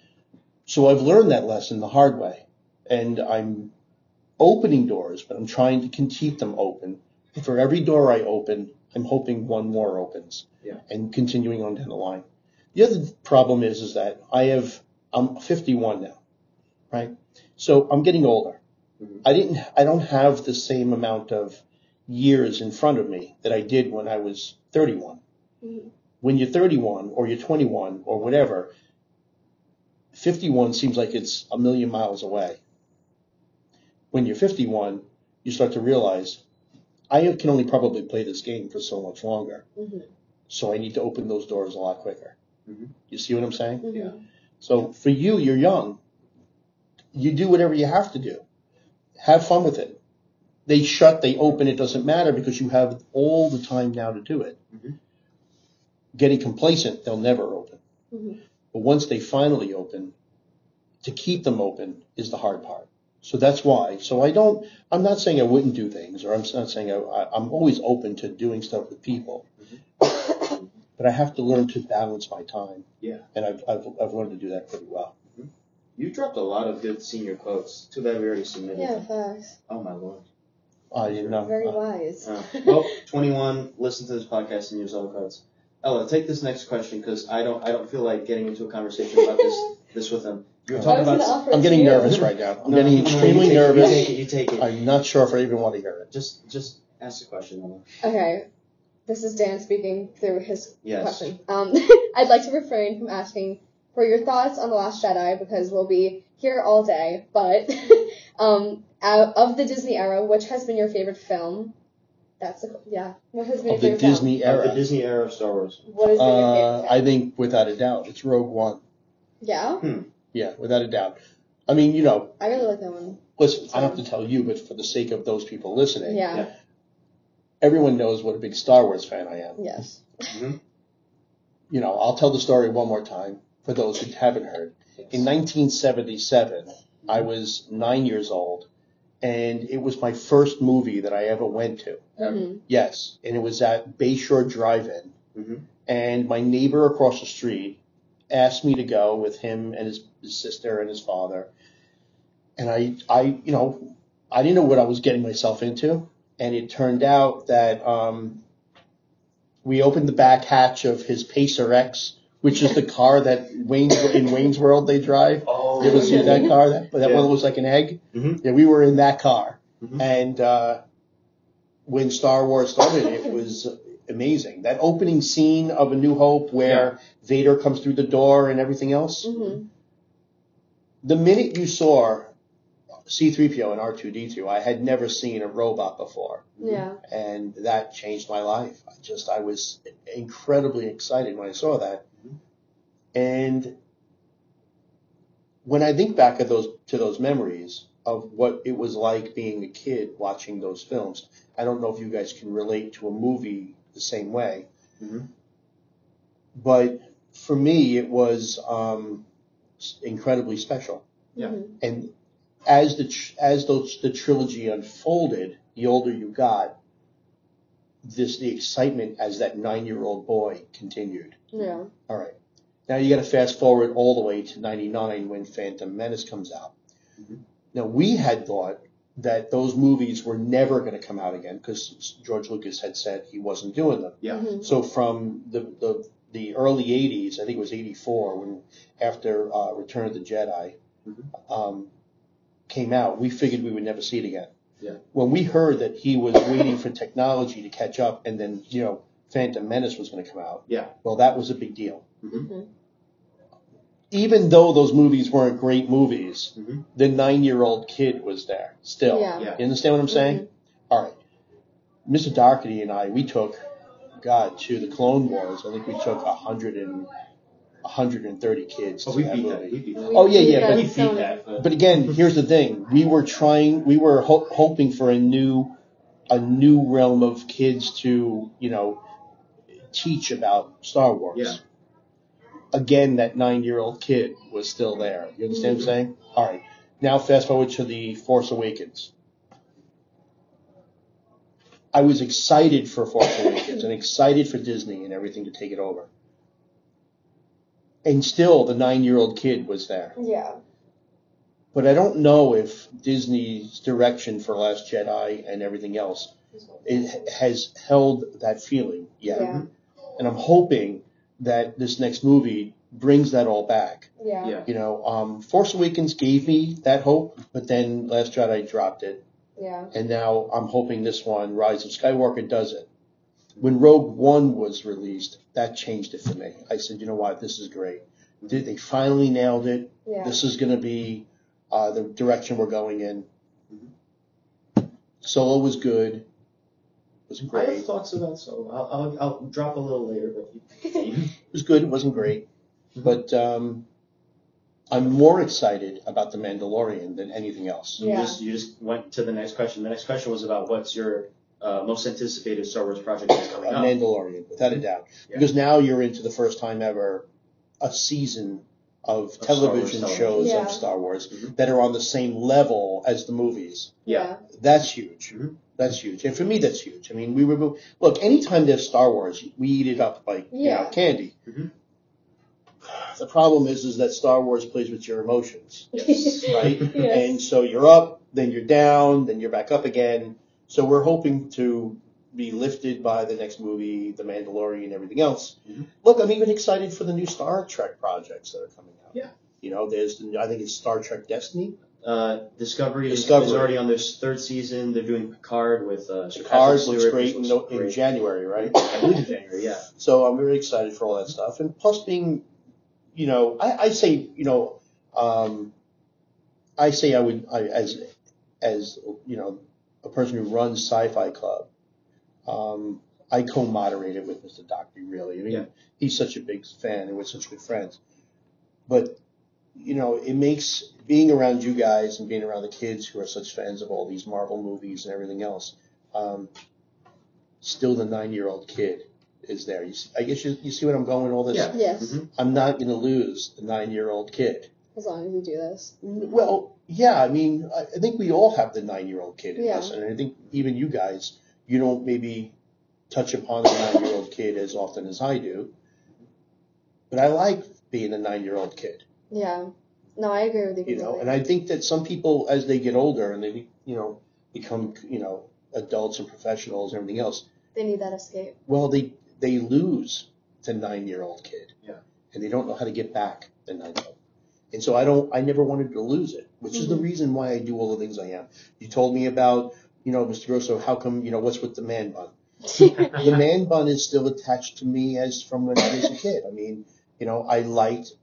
Speaker 2: So I've learned that lesson the hard way, and I'm opening doors, but I'm trying to can keep them open. For every door I open, I'm hoping one more opens,
Speaker 1: Yeah.
Speaker 2: and continuing on down the line. The other problem is is that I have I'm 51 now, right? So I'm getting older.
Speaker 1: Mhm.
Speaker 2: I didn't I don't have the same amount of years in front of me that I did when I was 31.
Speaker 3: Mhm.
Speaker 2: When you're 31 or you're 21 or whatever, 51 seems like it's a million miles away. When you're 51, you start to realize I can only probably play this game for so much longer,
Speaker 3: Mhm.
Speaker 2: so I need to open those doors a lot quicker.
Speaker 1: Mhm.
Speaker 2: You see what I'm saying?
Speaker 3: Mhm.
Speaker 1: Yeah.
Speaker 2: So for you, you're young. You do whatever you have to do. Have fun with it. They shut, they open, it doesn't matter because you have all the time now to do it.
Speaker 1: Mhm.
Speaker 2: Getting complacent, they'll never open.
Speaker 3: Mhm.
Speaker 2: But once they finally open, to keep them open is the hard part. So that's why. So I don't, I'm not saying I wouldn't do things or I'm not saying I, I, I'm always open to doing stuff with people.
Speaker 3: Mm-hmm.
Speaker 2: But I have to learn to balance my time.
Speaker 1: Yeah.
Speaker 2: And I've, I've, I've learned to do that pretty well.
Speaker 1: You dropped a lot of good senior quotes. Too bad we already submitted.
Speaker 3: Yeah,
Speaker 1: them.
Speaker 3: facts.
Speaker 1: Oh my lord.
Speaker 2: I didn't know.
Speaker 3: Very
Speaker 2: Uh,
Speaker 3: wise.
Speaker 1: Uh, well, 21. Listen to this podcast and use all the codes. Ella, take this next question because I don't. I don't feel like getting into a conversation about this. This with them. You were
Speaker 2: Oh, I
Speaker 1: talking
Speaker 3: I was
Speaker 1: about.
Speaker 3: gonna offer
Speaker 2: I'm
Speaker 3: it
Speaker 2: getting
Speaker 3: to you.
Speaker 2: nervous right now. I'm
Speaker 1: No, no,
Speaker 2: getting
Speaker 1: no,
Speaker 2: extremely
Speaker 1: you take,
Speaker 2: nervous.
Speaker 1: You take it. You take it.
Speaker 2: I'm not sure if I even want to hear it.
Speaker 1: Just, just ask the question, Ella.
Speaker 3: Okay. This is Dan speaking through his
Speaker 1: Yes.
Speaker 3: question. Um, I'd like to refrain from asking for your thoughts on The Last Jedi because we'll be here all day, but um, Out of the Disney era, which has been your favorite film? That's the yeah. What has been
Speaker 2: of
Speaker 3: your
Speaker 2: the
Speaker 3: favorite
Speaker 2: Disney
Speaker 1: Of the
Speaker 2: era.
Speaker 1: Disney era of Star Wars.
Speaker 3: film? What has been your favorite
Speaker 2: Uh,
Speaker 3: film?
Speaker 2: I think without a doubt, it's Rogue One.
Speaker 3: yeah,
Speaker 2: Yeah, without a doubt. I mean, you know,
Speaker 3: I really like that one.
Speaker 2: listen, I don't have to tell you, but for the sake of those people listening,
Speaker 3: Yeah.
Speaker 1: Yeah.
Speaker 2: everyone knows what a big Star Wars fan I am.
Speaker 3: Yes.
Speaker 2: You know, I'll tell the story one more time for those who haven't heard. In 1977, I was nine years old, and it was my first movie that I ever went to.
Speaker 3: Mhm.
Speaker 2: Yes, and it was at Bayshore Drive-In,
Speaker 1: Mhm.
Speaker 2: and my neighbor across the street asked me to go with him and his, his sister and his father, and I, I, you know, I didn't know what I was getting myself into, and it turned out that um, we opened the back hatch of his Pacer X, which is the car that Wayne's in Wayne's World they drive.
Speaker 1: Oh.
Speaker 2: You ever see that car? That, that
Speaker 1: Yeah.
Speaker 2: one looks like an egg.
Speaker 1: Mhm.
Speaker 2: Yeah, we were in that car,
Speaker 1: Mhm.
Speaker 2: and uh, when Star Wars started, it was amazing. That opening scene of A New Hope, where Vader comes through the door and everything else.
Speaker 3: Mhm.
Speaker 2: The minute you saw C-3PO and R2-D2, I had never seen a robot before,
Speaker 3: Yeah.
Speaker 2: and that changed my life. I just I was incredibly excited when I saw that,
Speaker 1: Mhm.
Speaker 2: and when I think back at those to those memories of what it was like being a kid watching those films, I don't know if you guys can relate to a movie the same way,
Speaker 1: Mhm.
Speaker 2: but for me it was um, s- incredibly special.
Speaker 1: Yeah.
Speaker 3: Mhm.
Speaker 2: And as the tr- as those the trilogy unfolded, the older you got, this the excitement as that nine year old boy continued.
Speaker 3: Yeah.
Speaker 2: All right. Now you got to fast forward all the way to 99 when Phantom Menace comes out.
Speaker 1: Mhm.
Speaker 2: Now we had thought that those movies were never going to come out again because George Lucas had said he wasn't doing them.
Speaker 1: Yeah.
Speaker 3: Mhm.
Speaker 2: So from the, the, the early 80s, I think it was 84, when after uh, Return of the Jedi
Speaker 1: Mhm.
Speaker 2: um, came out, we figured we would never see it again.
Speaker 1: Yeah.
Speaker 2: When we heard that he was waiting for technology to catch up and then, you know, Phantom Menace was going to come out,
Speaker 1: Yeah.
Speaker 2: well, that was a big deal.
Speaker 1: Mhm.
Speaker 3: Mhm.
Speaker 2: Even though those movies weren't great movies,
Speaker 1: Mhm.
Speaker 2: the nine year old kid was there still.
Speaker 3: Yeah.
Speaker 1: Yeah.
Speaker 2: You understand what I'm saying?
Speaker 3: Mhm.
Speaker 2: All right. Mr. Doherty and I, we took, God, to the Clone Wars. I think we took 100 and, 130 kids
Speaker 1: Oh,
Speaker 2: to
Speaker 1: we
Speaker 2: that
Speaker 1: beat
Speaker 2: movie.
Speaker 1: that. We beat that.
Speaker 3: We
Speaker 2: Oh, yeah,
Speaker 3: did
Speaker 2: yeah,
Speaker 3: that
Speaker 2: but-
Speaker 1: we
Speaker 3: so
Speaker 1: beat
Speaker 3: many-
Speaker 1: that. But,
Speaker 2: But again, here's the thing: we were trying, we were ho- hoping for a new, a new realm of kids to, you know, teach about Star Wars.
Speaker 1: Yeah.
Speaker 2: Again, that nine-year-old kid was still there. You understand what I'm saying?
Speaker 1: Mm-hmm.
Speaker 2: All right. Now, fast forward to the Force Awakens. I was excited for Force Awakens and excited for Disney and everything to take it over. And still, the nine-year-old kid was there.
Speaker 3: Yeah.
Speaker 2: But I don't know if Disney's direction for Last Jedi and everything else it has held that feeling yet.
Speaker 3: Yeah.
Speaker 2: And I'm hoping that this next movie brings that all back.
Speaker 3: Yeah.
Speaker 1: yeah.
Speaker 2: You know, um, Force Awakens gave me that hope, but then Last Jedi dropped it.
Speaker 3: Yeah.
Speaker 2: And now I'm hoping this one, Rise of Skywalker, does it. When Rogue One was released, that changed it for me. I said, you know what, this is great. They they finally nailed it
Speaker 3: Yeah.
Speaker 2: this is going to be uh, the direction we're going in.
Speaker 1: Mhm.
Speaker 2: Solo was good. It was
Speaker 1: I
Speaker 2: great.
Speaker 1: have thoughts about so I'll, I'll I'll drop a little later, but you continue.
Speaker 2: It was good. It wasn't great.
Speaker 1: Mhm.
Speaker 2: But um, I'm more excited about The Mandalorian than anything else.
Speaker 1: you
Speaker 3: Yeah.
Speaker 1: just you just went to the next question. The next question was about what's your uh, most anticipated Star Wars project that's
Speaker 2: A
Speaker 1: coming up.
Speaker 2: Mandalorian, without a doubt.
Speaker 1: Yeah.
Speaker 2: Because now you're into the first time ever a season of
Speaker 1: Of Star Wars
Speaker 2: television
Speaker 1: television.
Speaker 2: shows
Speaker 3: Yeah.
Speaker 2: of Star Wars
Speaker 1: Mhm.
Speaker 2: that are on the same level as the movies.
Speaker 1: Yeah.
Speaker 2: That's huge. hmm?
Speaker 1: Mhm.
Speaker 2: That's huge. And for me, that's huge. I mean, we were, look, anytime there's Star Wars, we eat it up like, you
Speaker 3: Yeah.
Speaker 2: know, candy.
Speaker 1: Mhm.
Speaker 2: The problem is, is that Star Wars plays with your emotions,
Speaker 1: Yes.
Speaker 2: right?
Speaker 3: Yes.
Speaker 2: And so you're up, then you're down, then you're back up again. So we're hoping to be lifted by the next movie, The Mandalorian, and everything else.
Speaker 1: Mhm.
Speaker 2: Look, I'm even excited for the new Star Trek projects that are coming out.
Speaker 1: Yeah.
Speaker 2: You know, there's, the, I think it's Star Trek Destiny.
Speaker 1: Uh, Discovery, is- is
Speaker 2: Discovery.
Speaker 1: already on their third season. They're doing Picard with uh, Patrick
Speaker 2: Cars looks
Speaker 1: Stewart,
Speaker 2: great in,
Speaker 1: which
Speaker 2: no-
Speaker 1: looks
Speaker 2: in
Speaker 1: great.
Speaker 2: January, right?
Speaker 1: I believe in January. Yeah.
Speaker 2: So I'm very excited for all that stuff. And plus being, you know, I, I say, you know, um, I say I would, I, as as you know a person who runs Sci-Fi Club. Um, I co-moderate it with Mr. Dockery. Really, I mean,
Speaker 1: Yeah.
Speaker 2: he's such a big fan, and we're such good friends. But you know, it makes being around you guys and being around the kids who are such fans of all these Marvel movies and everything else. Um, still, the nine-year-old kid is there. You see, I guess you, you see what I'm going. with All this.
Speaker 1: Yeah.
Speaker 3: Yes,
Speaker 1: Mhm.
Speaker 2: I'm not going to lose the nine-year-old kid.
Speaker 3: as long as you do this.
Speaker 2: Well, yeah, I mean, I I think we all have the nine-year-old kid in
Speaker 3: Yeah.
Speaker 2: us, and I think even you guys, you don't maybe touch upon the nine-year-old kid as often as I do. But I like being a nine-year-old kid,
Speaker 3: Yeah. No, I agree with you.
Speaker 2: you know,
Speaker 3: completely.
Speaker 2: and I think that some people, as they get older and they, you know, become, you know, adults and professionals and everything else,
Speaker 3: they need that escape.
Speaker 2: well, they they lose the nine-year-old kid,
Speaker 1: Yeah.
Speaker 2: and they don't know how to get back the nine-year-old. And so I don't, I never wanted to lose it, which is the
Speaker 3: Mhm.
Speaker 2: reason why I do all the things I am. You told me about, you know, Mr. Grosso, how come, you know, what's with the man bun?
Speaker 3: Mm-hmm.
Speaker 1: Mm-hmm.
Speaker 2: The man bun is still attached to me as from when I was a kid. I mean, you know, I liked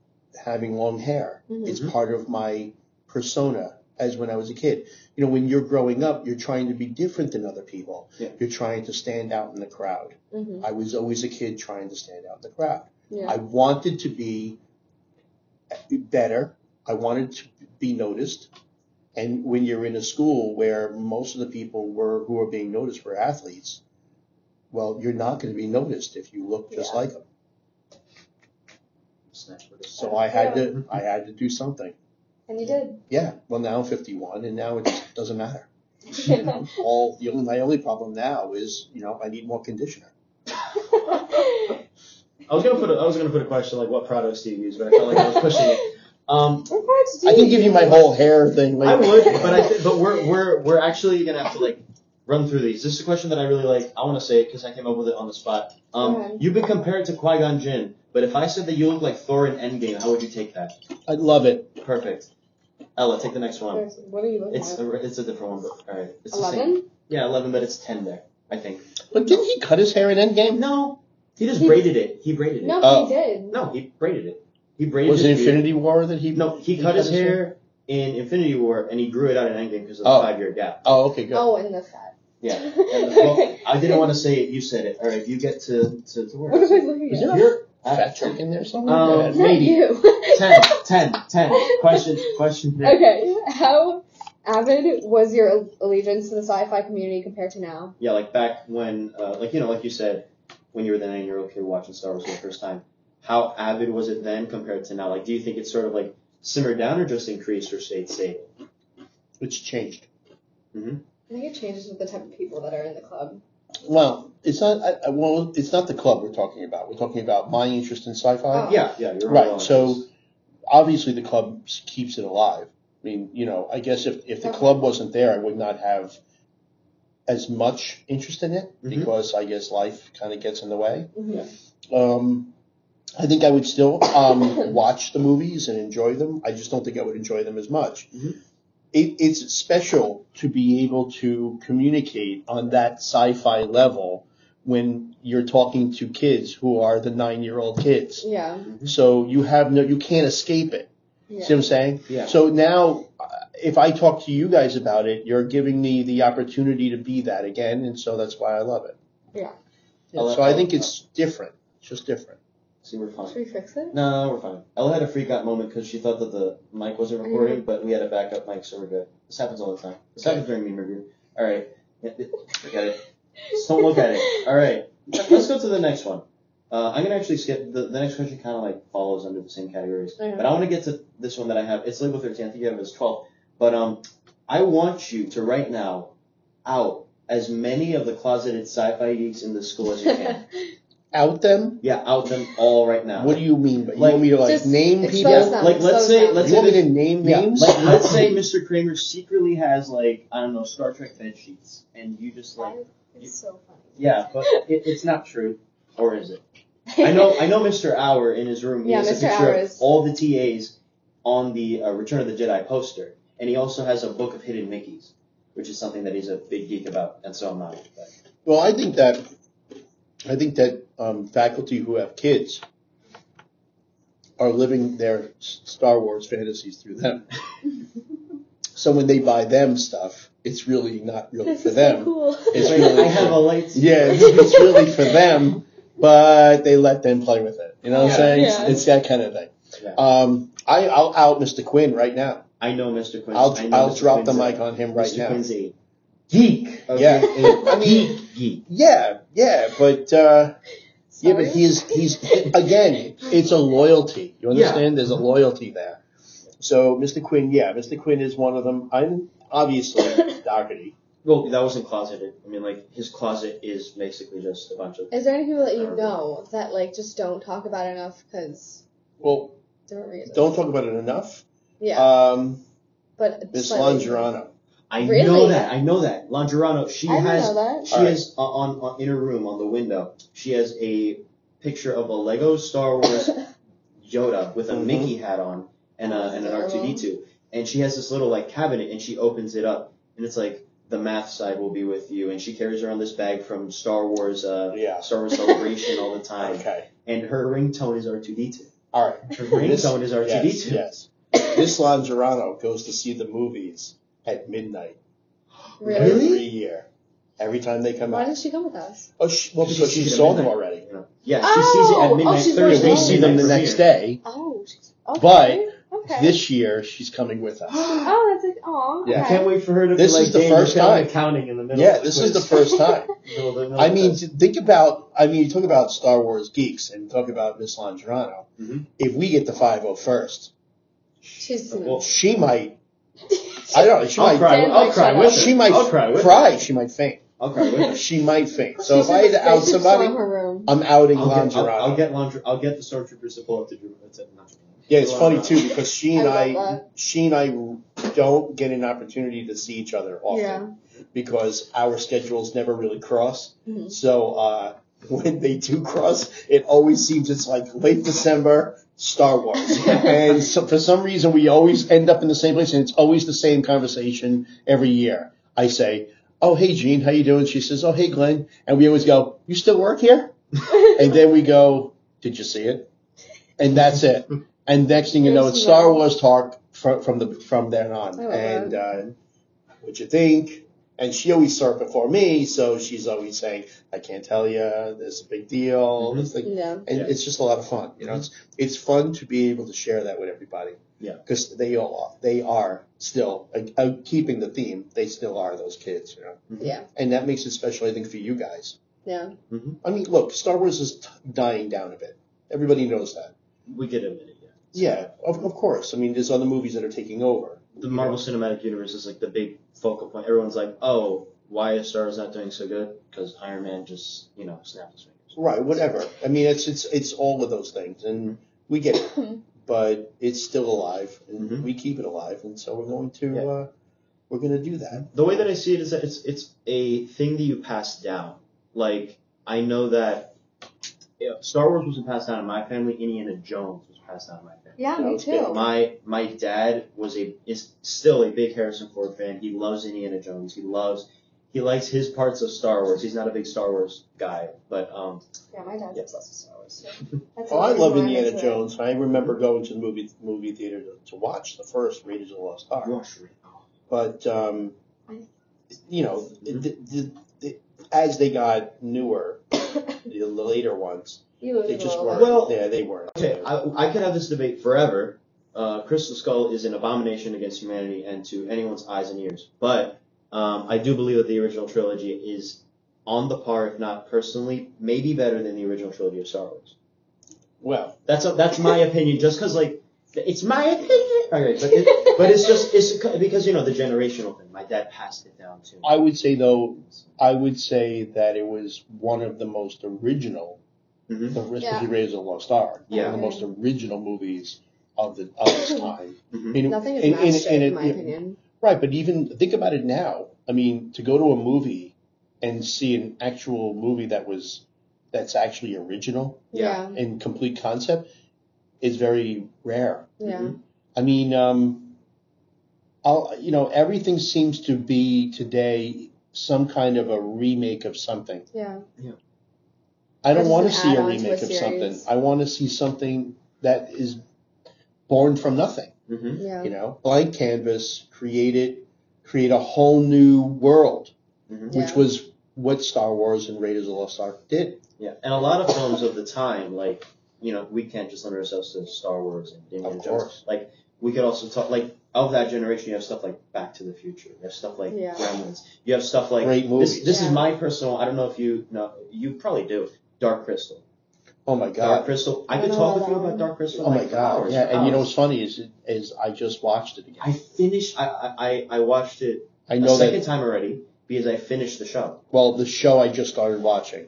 Speaker 2: having long hair.
Speaker 3: Mhm.
Speaker 2: It's part of my persona as when I was a kid. You know, when you're growing up, you're trying to be different than other people.
Speaker 1: Yeah.
Speaker 2: You're trying to stand out in the crowd.
Speaker 3: hmm
Speaker 2: I was always a kid trying to stand out in the crowd.
Speaker 3: Yeah.
Speaker 2: I wanted to be better. I wanted to be noticed. And when you're in a school where most of the people were who are being noticed were athletes, well, you're not going to be noticed if you look just
Speaker 3: Yeah.
Speaker 2: like them.
Speaker 1: Snatch with a
Speaker 2: So I had to I had to do something.
Speaker 3: and you did.
Speaker 2: Yeah. Well, now I'm 51, and now it just doesn't matter. All the only, my only problem now is you know I need more conditioner.
Speaker 3: We're
Speaker 1: I was gonna put a, I was gonna put a question like what products do you use, but I felt like I was pushing it. Um,
Speaker 3: proud to do
Speaker 2: I can give you my
Speaker 3: these.
Speaker 2: whole hair thing.
Speaker 1: I
Speaker 2: Later.
Speaker 1: would, but I th- but we're we're we're actually gonna have to like run through these. This is a question that I really like. I want to say it because I came up with it on the spot. Um,
Speaker 3: Okay.
Speaker 1: you've been compared to Qui Gon Jinn, but if I said that you look like Thor in Endgame, how would you take that?
Speaker 2: I'd love it.
Speaker 1: Perfect. Ella, take the next one.
Speaker 3: There's- What are you looking
Speaker 1: It's
Speaker 3: at?
Speaker 1: a, it's a different one, but all right. It's the same.
Speaker 3: Eleven.
Speaker 1: Yeah, eleven, but it's ten there. I think.
Speaker 2: But didn't he cut his hair in Endgame?
Speaker 1: No, he just
Speaker 3: He-
Speaker 1: braided it. He braided it.
Speaker 3: No,
Speaker 2: Oh.
Speaker 3: he did.
Speaker 1: No, he braided it. He braided
Speaker 2: Was it
Speaker 1: his beard.
Speaker 2: Infinity War that he?
Speaker 1: No, he cut his hair in Infinity War, and he grew it out in Endgame because of the
Speaker 2: Oh.
Speaker 1: five-year gap.
Speaker 2: Oh, okay, good.
Speaker 3: Oh, and the fat.
Speaker 1: Yeah. And the- well,
Speaker 3: okay.
Speaker 1: I didn't want to say it. You said it. All right, you get to to, to work.
Speaker 3: What was I looking
Speaker 2: Is
Speaker 3: at?
Speaker 2: there a
Speaker 1: You're-
Speaker 2: fat chick in there somewhere?
Speaker 1: Um,
Speaker 2: Go ahead.
Speaker 3: Not
Speaker 1: lady?
Speaker 3: you.
Speaker 1: 10, 10, 10. Question, question. next.
Speaker 3: Okay. How avid was your allegiance to the sci-fi community compared to now?
Speaker 1: Yeah, like back when, uh, like you know, like you said, when you were the nine-year-old kid watching Star Wars for the first time, how avid was it then compared to now? Like, do you think it's sort of like simmered down or just increased or stayed stable?
Speaker 2: It's changed.
Speaker 3: I think it changes with the type of people that are in the club.
Speaker 2: Well, it's not. I, I- well, it's not the club we're talking about. We're talking about my interest in sci-fi.
Speaker 3: Oh.
Speaker 1: Yeah, yeah, you're
Speaker 2: Right,
Speaker 1: all
Speaker 2: so- Obviously, the club s- keeps it alive. I mean, you know, I guess if if the
Speaker 3: Okay.
Speaker 2: club wasn't there, I would not have as much interest in it
Speaker 1: Mhm.
Speaker 2: because I guess life kind of gets in the way.
Speaker 3: Mhm.
Speaker 2: Um, I think I would still um, watch the movies and enjoy them. I just don't think I would enjoy them as much.
Speaker 1: Mhm.
Speaker 2: It, it's special to be able to communicate on that sci-fi level when you're talking to kids who are the nine-year-old kids.
Speaker 3: Yeah.
Speaker 2: So you have no, you can't escape it. See
Speaker 3: Yeah.
Speaker 2: what I'm saying?
Speaker 1: Yeah.
Speaker 2: So now, uh, if I talk to you guys about it, you're giving me the opportunity to be that again, and so that's why I love it.
Speaker 3: Yeah.
Speaker 2: Yeah, so I think it's different. It's just different.
Speaker 1: See, we're fine.
Speaker 3: Should we fix it?
Speaker 1: No, we're fine. Ella had a freak out moment because she thought that the mic wasn't recording, but we had a backup mic, so we're good. This happens all the time. This happens during meme review. All right, forget it. Just don't look at it. All right, let's go to the next one. Uh, I'm gonna actually skip the, the next question. Kind of like follows under the same categories,
Speaker 3: Okay.
Speaker 1: but I want to get to this one that I have. It's labeled 13. I think you have it as 12. But um, I want you to right now out as many of the closeted sci-fi geeks in the school as you can.
Speaker 2: Out them.
Speaker 1: yeah, out them all right now.
Speaker 2: What do you mean? by you
Speaker 1: Like-
Speaker 2: want me to like
Speaker 3: Just
Speaker 2: name
Speaker 3: expose
Speaker 2: people?
Speaker 3: them.
Speaker 1: like, let's
Speaker 3: Slows
Speaker 1: say-
Speaker 3: down.
Speaker 1: let's
Speaker 2: you
Speaker 1: say
Speaker 2: want me to name
Speaker 1: Yeah,
Speaker 2: names?
Speaker 1: Like, let's say Mr. Kramer secretly has like I don't know Star Trek bed sheets, and you just like
Speaker 3: It's so funny.
Speaker 1: yeah, but it, it's not true, or is it? I know I know Mr. Hour in his room. He
Speaker 3: Yeah,
Speaker 1: has a
Speaker 3: Mr.
Speaker 1: picture
Speaker 3: Hour
Speaker 1: of
Speaker 3: is-
Speaker 1: all the TAs on the uh, Return of the Jedi poster, and he also has a book of hidden Mickey's, which is something that he's a big geek about, and so am I. But
Speaker 2: well, I think that I think that um, faculty who have kids are living their S- Star Wars fantasies through them. So when they buy them stuff, it's really not really
Speaker 3: This
Speaker 2: for
Speaker 3: is
Speaker 2: them.
Speaker 3: so cool.
Speaker 2: It's
Speaker 1: Like,
Speaker 2: really
Speaker 1: I have a light.
Speaker 2: Yeah, it's, it's really for them, but they let them play with it. You know what I'm
Speaker 1: Yeah.
Speaker 2: saying?
Speaker 3: Yeah.
Speaker 2: It's that kind of thing.
Speaker 1: Yeah.
Speaker 2: Um, I, I'll out Mr. Quinn right now.
Speaker 1: I know Mr. Quincy.
Speaker 2: I'll
Speaker 1: I know
Speaker 2: I'll
Speaker 1: Mr.
Speaker 2: drop the
Speaker 1: Quincy.
Speaker 2: mic on him right
Speaker 1: Mr.
Speaker 2: now.
Speaker 1: Quincy. Geek.
Speaker 2: Yeah.
Speaker 1: a-
Speaker 2: I mean-
Speaker 1: geek, geek.
Speaker 2: Yeah, yeah, but uh, yeah, but
Speaker 3: Sorry.
Speaker 2: he is he's again. It's a loyalty. You
Speaker 1: Yeah.
Speaker 2: understand? There's a loyalty there. So Mr. Quinn, yeah, Mr. Quinn is one of them. I'm obviously Doherty.
Speaker 1: Well, that wasn't closeted. I mean, like his closet is basically just a bunch of.
Speaker 3: Is there any people that you know that like just don't talk about enough because
Speaker 2: Well,
Speaker 3: different reasons?
Speaker 2: don't talk about it enough.
Speaker 3: Yeah,
Speaker 2: Um,
Speaker 3: but
Speaker 2: Miss
Speaker 3: slightly-
Speaker 2: Longerano.
Speaker 1: I know
Speaker 3: Really?
Speaker 1: that. I know that. Longerano. She
Speaker 3: I didn't
Speaker 1: has.
Speaker 3: know that.
Speaker 1: She
Speaker 2: All right.
Speaker 1: has uh, on, on in her room on the window. She has a picture of a Lego Star Wars Yoda with a
Speaker 2: Mhm.
Speaker 1: Mickey hat on and, a, and an R two D two, and she has this little like cabinet, and she opens it up, and it's like the math side will be with you, and she carries around this bag from Star Wars, uh,
Speaker 2: Yeah.
Speaker 1: Star Wars Celebration all the time,
Speaker 2: Okay.
Speaker 1: and her ringtone is R two D two.
Speaker 2: All right.
Speaker 1: Her ringtone is R two D
Speaker 2: Yes.
Speaker 1: two.
Speaker 2: yes. Miss Longerano goes to see the movies at midnight
Speaker 3: Really?
Speaker 1: Really?
Speaker 2: every year. Every time they come
Speaker 3: Why
Speaker 2: out.
Speaker 3: didn't she come with us?
Speaker 2: Oh, she, well,
Speaker 1: She
Speaker 2: because
Speaker 1: sees
Speaker 2: she,
Speaker 1: it at
Speaker 2: saw them
Speaker 1: midnight.
Speaker 2: already.
Speaker 1: Yeah, she
Speaker 3: Oh!
Speaker 1: sees it at
Speaker 3: Oh,
Speaker 1: midnight
Speaker 3: she's
Speaker 1: Thursday.
Speaker 3: watching
Speaker 2: we
Speaker 3: it.
Speaker 2: see them the
Speaker 1: midnight
Speaker 2: next
Speaker 1: premiere.
Speaker 2: day.
Speaker 3: Oh, she's- okay. okay.
Speaker 2: This year, she's coming with us.
Speaker 3: oh, that's a, aw,
Speaker 2: Yeah.
Speaker 1: I
Speaker 3: okay.
Speaker 1: can't wait for her to
Speaker 2: This
Speaker 1: be like
Speaker 2: is the
Speaker 1: Daniel
Speaker 2: first
Speaker 1: Kelly
Speaker 2: time.
Speaker 1: counting in the middle.
Speaker 2: Yeah,
Speaker 1: of
Speaker 2: this is the
Speaker 1: quiz.
Speaker 2: first time.
Speaker 1: Middle of the- middle
Speaker 2: I
Speaker 1: of the
Speaker 2: mean,
Speaker 1: quiz.
Speaker 2: think about. I mean, you talk about Star Wars geeks and talk about Miss Longerano.
Speaker 1: Mhm.
Speaker 2: If we get the 501st,
Speaker 3: She's
Speaker 1: Well,
Speaker 2: she might. I don't know. She
Speaker 1: I'll
Speaker 2: might.
Speaker 1: cry. I'll
Speaker 3: Like,
Speaker 1: cry
Speaker 3: shut
Speaker 1: with
Speaker 3: up.
Speaker 1: her.
Speaker 2: She might
Speaker 1: I'll cry with her.
Speaker 2: cry. She might faint.
Speaker 1: I'll cry with her.
Speaker 2: She might faint.
Speaker 3: She
Speaker 2: So if
Speaker 3: should-
Speaker 2: I had
Speaker 3: they
Speaker 2: to out
Speaker 3: should storm
Speaker 2: somebody,
Speaker 3: her room.
Speaker 2: I'm outing
Speaker 1: I'll get, I'll,
Speaker 2: Longerano.
Speaker 1: I'll get laundry. I'll get the stormtroopers to pull up the Drew. That's it. not-
Speaker 2: Yeah, it's
Speaker 1: Well,
Speaker 2: funny
Speaker 1: uh,
Speaker 2: too because she and
Speaker 3: I
Speaker 2: I,
Speaker 3: love that.
Speaker 2: she and I don't get an opportunity to see each other often
Speaker 3: Yeah.
Speaker 2: because our schedules never really cross.
Speaker 3: Mhm.
Speaker 2: So uh, when they do cross, it always seems it's like late December Star Wars, and so for some reason we always end up in the same place, and it's always the same conversation every year. I say, "Oh hey Gene, how you doing?" She says, "Oh hey Glenn," and we always go, "You still work here?" And then we go, "Did you see it?" And that's it. And next thing you know, it's Star Wars talk from, from the from then on.
Speaker 3: I love
Speaker 2: And uh, what you think? And she always starts before me, so she's always saying, "I can't tell you. This is a big deal." This thing.
Speaker 3: yeah.
Speaker 2: And
Speaker 1: Mm-hmm. Yeah.
Speaker 2: it's just a lot of fun. You know, it's it's fun to be able to share that with everybody.
Speaker 1: Yeah.
Speaker 2: Because they all are. They are still uh, uh, keeping the theme. They still are those kids. You know.
Speaker 1: Mm-hmm.
Speaker 3: Yeah.
Speaker 2: And that makes it special, I think, for you guys.
Speaker 3: Yeah.
Speaker 2: I mean, look, Star Wars is t- dying down a bit. Everybody knows that.
Speaker 1: We get a minute. Yeah.
Speaker 2: Yeah, of, of course. I mean, there's other movies that are taking over.
Speaker 1: The Marvel Cinematic Universe is like the big focal point. Everyone's like, oh, why is Star Wars not doing so good? Because Iron Man just, you know, snapped his fingers.
Speaker 2: Right, whatever. I mean, it's it's it's all of those things, and we get it.
Speaker 3: Mm-hmm.
Speaker 2: But it's still alive, and
Speaker 1: Mhm.
Speaker 2: we keep it alive, and so we're going to
Speaker 1: Yeah.
Speaker 2: uh, we're going to do that.
Speaker 1: The way that I see it is that it's it's a thing that you pass down. Like I know that yeah, Star Wars wasn't passed down in my family. Indiana Jones was passed down in my family.
Speaker 3: Yeah, me
Speaker 2: Okay.
Speaker 3: too.
Speaker 1: My my dad was a is still a big Harrison Ford fan. He loves Indiana Jones. He loves he likes his parts of Star Wars. He's not a big Star Wars guy, but um
Speaker 3: Yeah, my dad's
Speaker 1: Yeah.
Speaker 3: obsessed with Star Wars. too. That's
Speaker 2: Oh, I
Speaker 3: another
Speaker 2: love
Speaker 3: reason why I'm
Speaker 2: Indiana
Speaker 3: into it.
Speaker 2: Jones. I remember going to the movie movie theater to, to watch the first Raiders of the Lost Ark. but um, you know, the, the, the, as they got newer, the later ones,
Speaker 3: You live
Speaker 2: they
Speaker 3: in
Speaker 2: just
Speaker 3: a
Speaker 2: weren't.
Speaker 3: little-
Speaker 1: Well-
Speaker 2: yeah, they weren't.
Speaker 1: Okay, I, I could have this debate forever. Uh, Crystal Skull is an abomination against humanity and to anyone's eyes and ears. But um, I do believe that the original trilogy is on the par, if not personally, maybe better than the original trilogy of Star Wars.
Speaker 2: well,
Speaker 1: That's a, that's my opinion. Just because like it's my opinion. All right, but it, but it's just it's because you know the generational thing. My dad passed it down to me.
Speaker 2: I would say though, I would say that it was one of the most original,
Speaker 1: Mhm.
Speaker 2: the Risk
Speaker 3: Yeah.
Speaker 2: of the Raiders of the Lost Ark,
Speaker 1: Yeah.
Speaker 2: one of the most original movies of the of its time.
Speaker 1: Mhm.
Speaker 2: In-
Speaker 3: Mm-hmm. Nothing
Speaker 2: in-
Speaker 3: is
Speaker 2: in-
Speaker 3: matched
Speaker 2: in
Speaker 3: in
Speaker 2: it-
Speaker 3: my
Speaker 2: yeah.
Speaker 3: opinion.
Speaker 2: Right, but even think about it now. I mean, to go to a movie and see an actual movie that was that's actually original
Speaker 1: Yeah.
Speaker 3: Yeah.
Speaker 2: and complete concept is very rare.
Speaker 3: Yeah.
Speaker 1: Mm-hmm.
Speaker 2: I mean, um, I'll, you know, everything seems to be today some kind of a remake of something.
Speaker 3: Yeah.
Speaker 2: I don't
Speaker 3: Just
Speaker 2: want to
Speaker 3: an
Speaker 2: see a
Speaker 3: add-on to a
Speaker 2: remake of something.
Speaker 3: series.
Speaker 2: I want to see something that is born from nothing.
Speaker 1: Mm-hmm.
Speaker 3: Yeah.
Speaker 2: You know, blank canvas, create it, create a whole new world,
Speaker 1: Mm-hmm.
Speaker 3: Yeah.
Speaker 2: which was what Star Wars and Raiders of the Lost Ark did.
Speaker 1: Yeah, and a lot of films of the time, like you know, we can't just limit ourselves to Star Wars and Indiana
Speaker 2: Of
Speaker 1: Jones.
Speaker 2: course.
Speaker 1: Like we could also talk like of that generation. You have stuff like Back to the Future. You have stuff like
Speaker 3: Yeah.
Speaker 1: Gremlins. You have stuff like
Speaker 2: Great
Speaker 1: this.
Speaker 2: movies.
Speaker 1: This
Speaker 3: Yeah.
Speaker 1: is my personal. I don't know if you know. You probably do. Dark Crystal.
Speaker 2: Oh my
Speaker 1: Dark
Speaker 2: God.
Speaker 1: Crystal. I
Speaker 3: I
Speaker 1: could
Speaker 3: know
Speaker 1: talk
Speaker 3: about
Speaker 1: with you
Speaker 3: that
Speaker 1: about
Speaker 3: one.
Speaker 1: Dark Crystal.
Speaker 2: Oh my
Speaker 1: like for
Speaker 2: God.
Speaker 1: hours
Speaker 2: Yeah. And you know
Speaker 1: hours.
Speaker 2: what's funny is, is I just watched it again.
Speaker 1: I finished. I I I- I watched it
Speaker 2: I
Speaker 1: a
Speaker 2: know
Speaker 1: second
Speaker 2: that.
Speaker 1: time already because I finished the show.
Speaker 2: Well, the show I just started watching,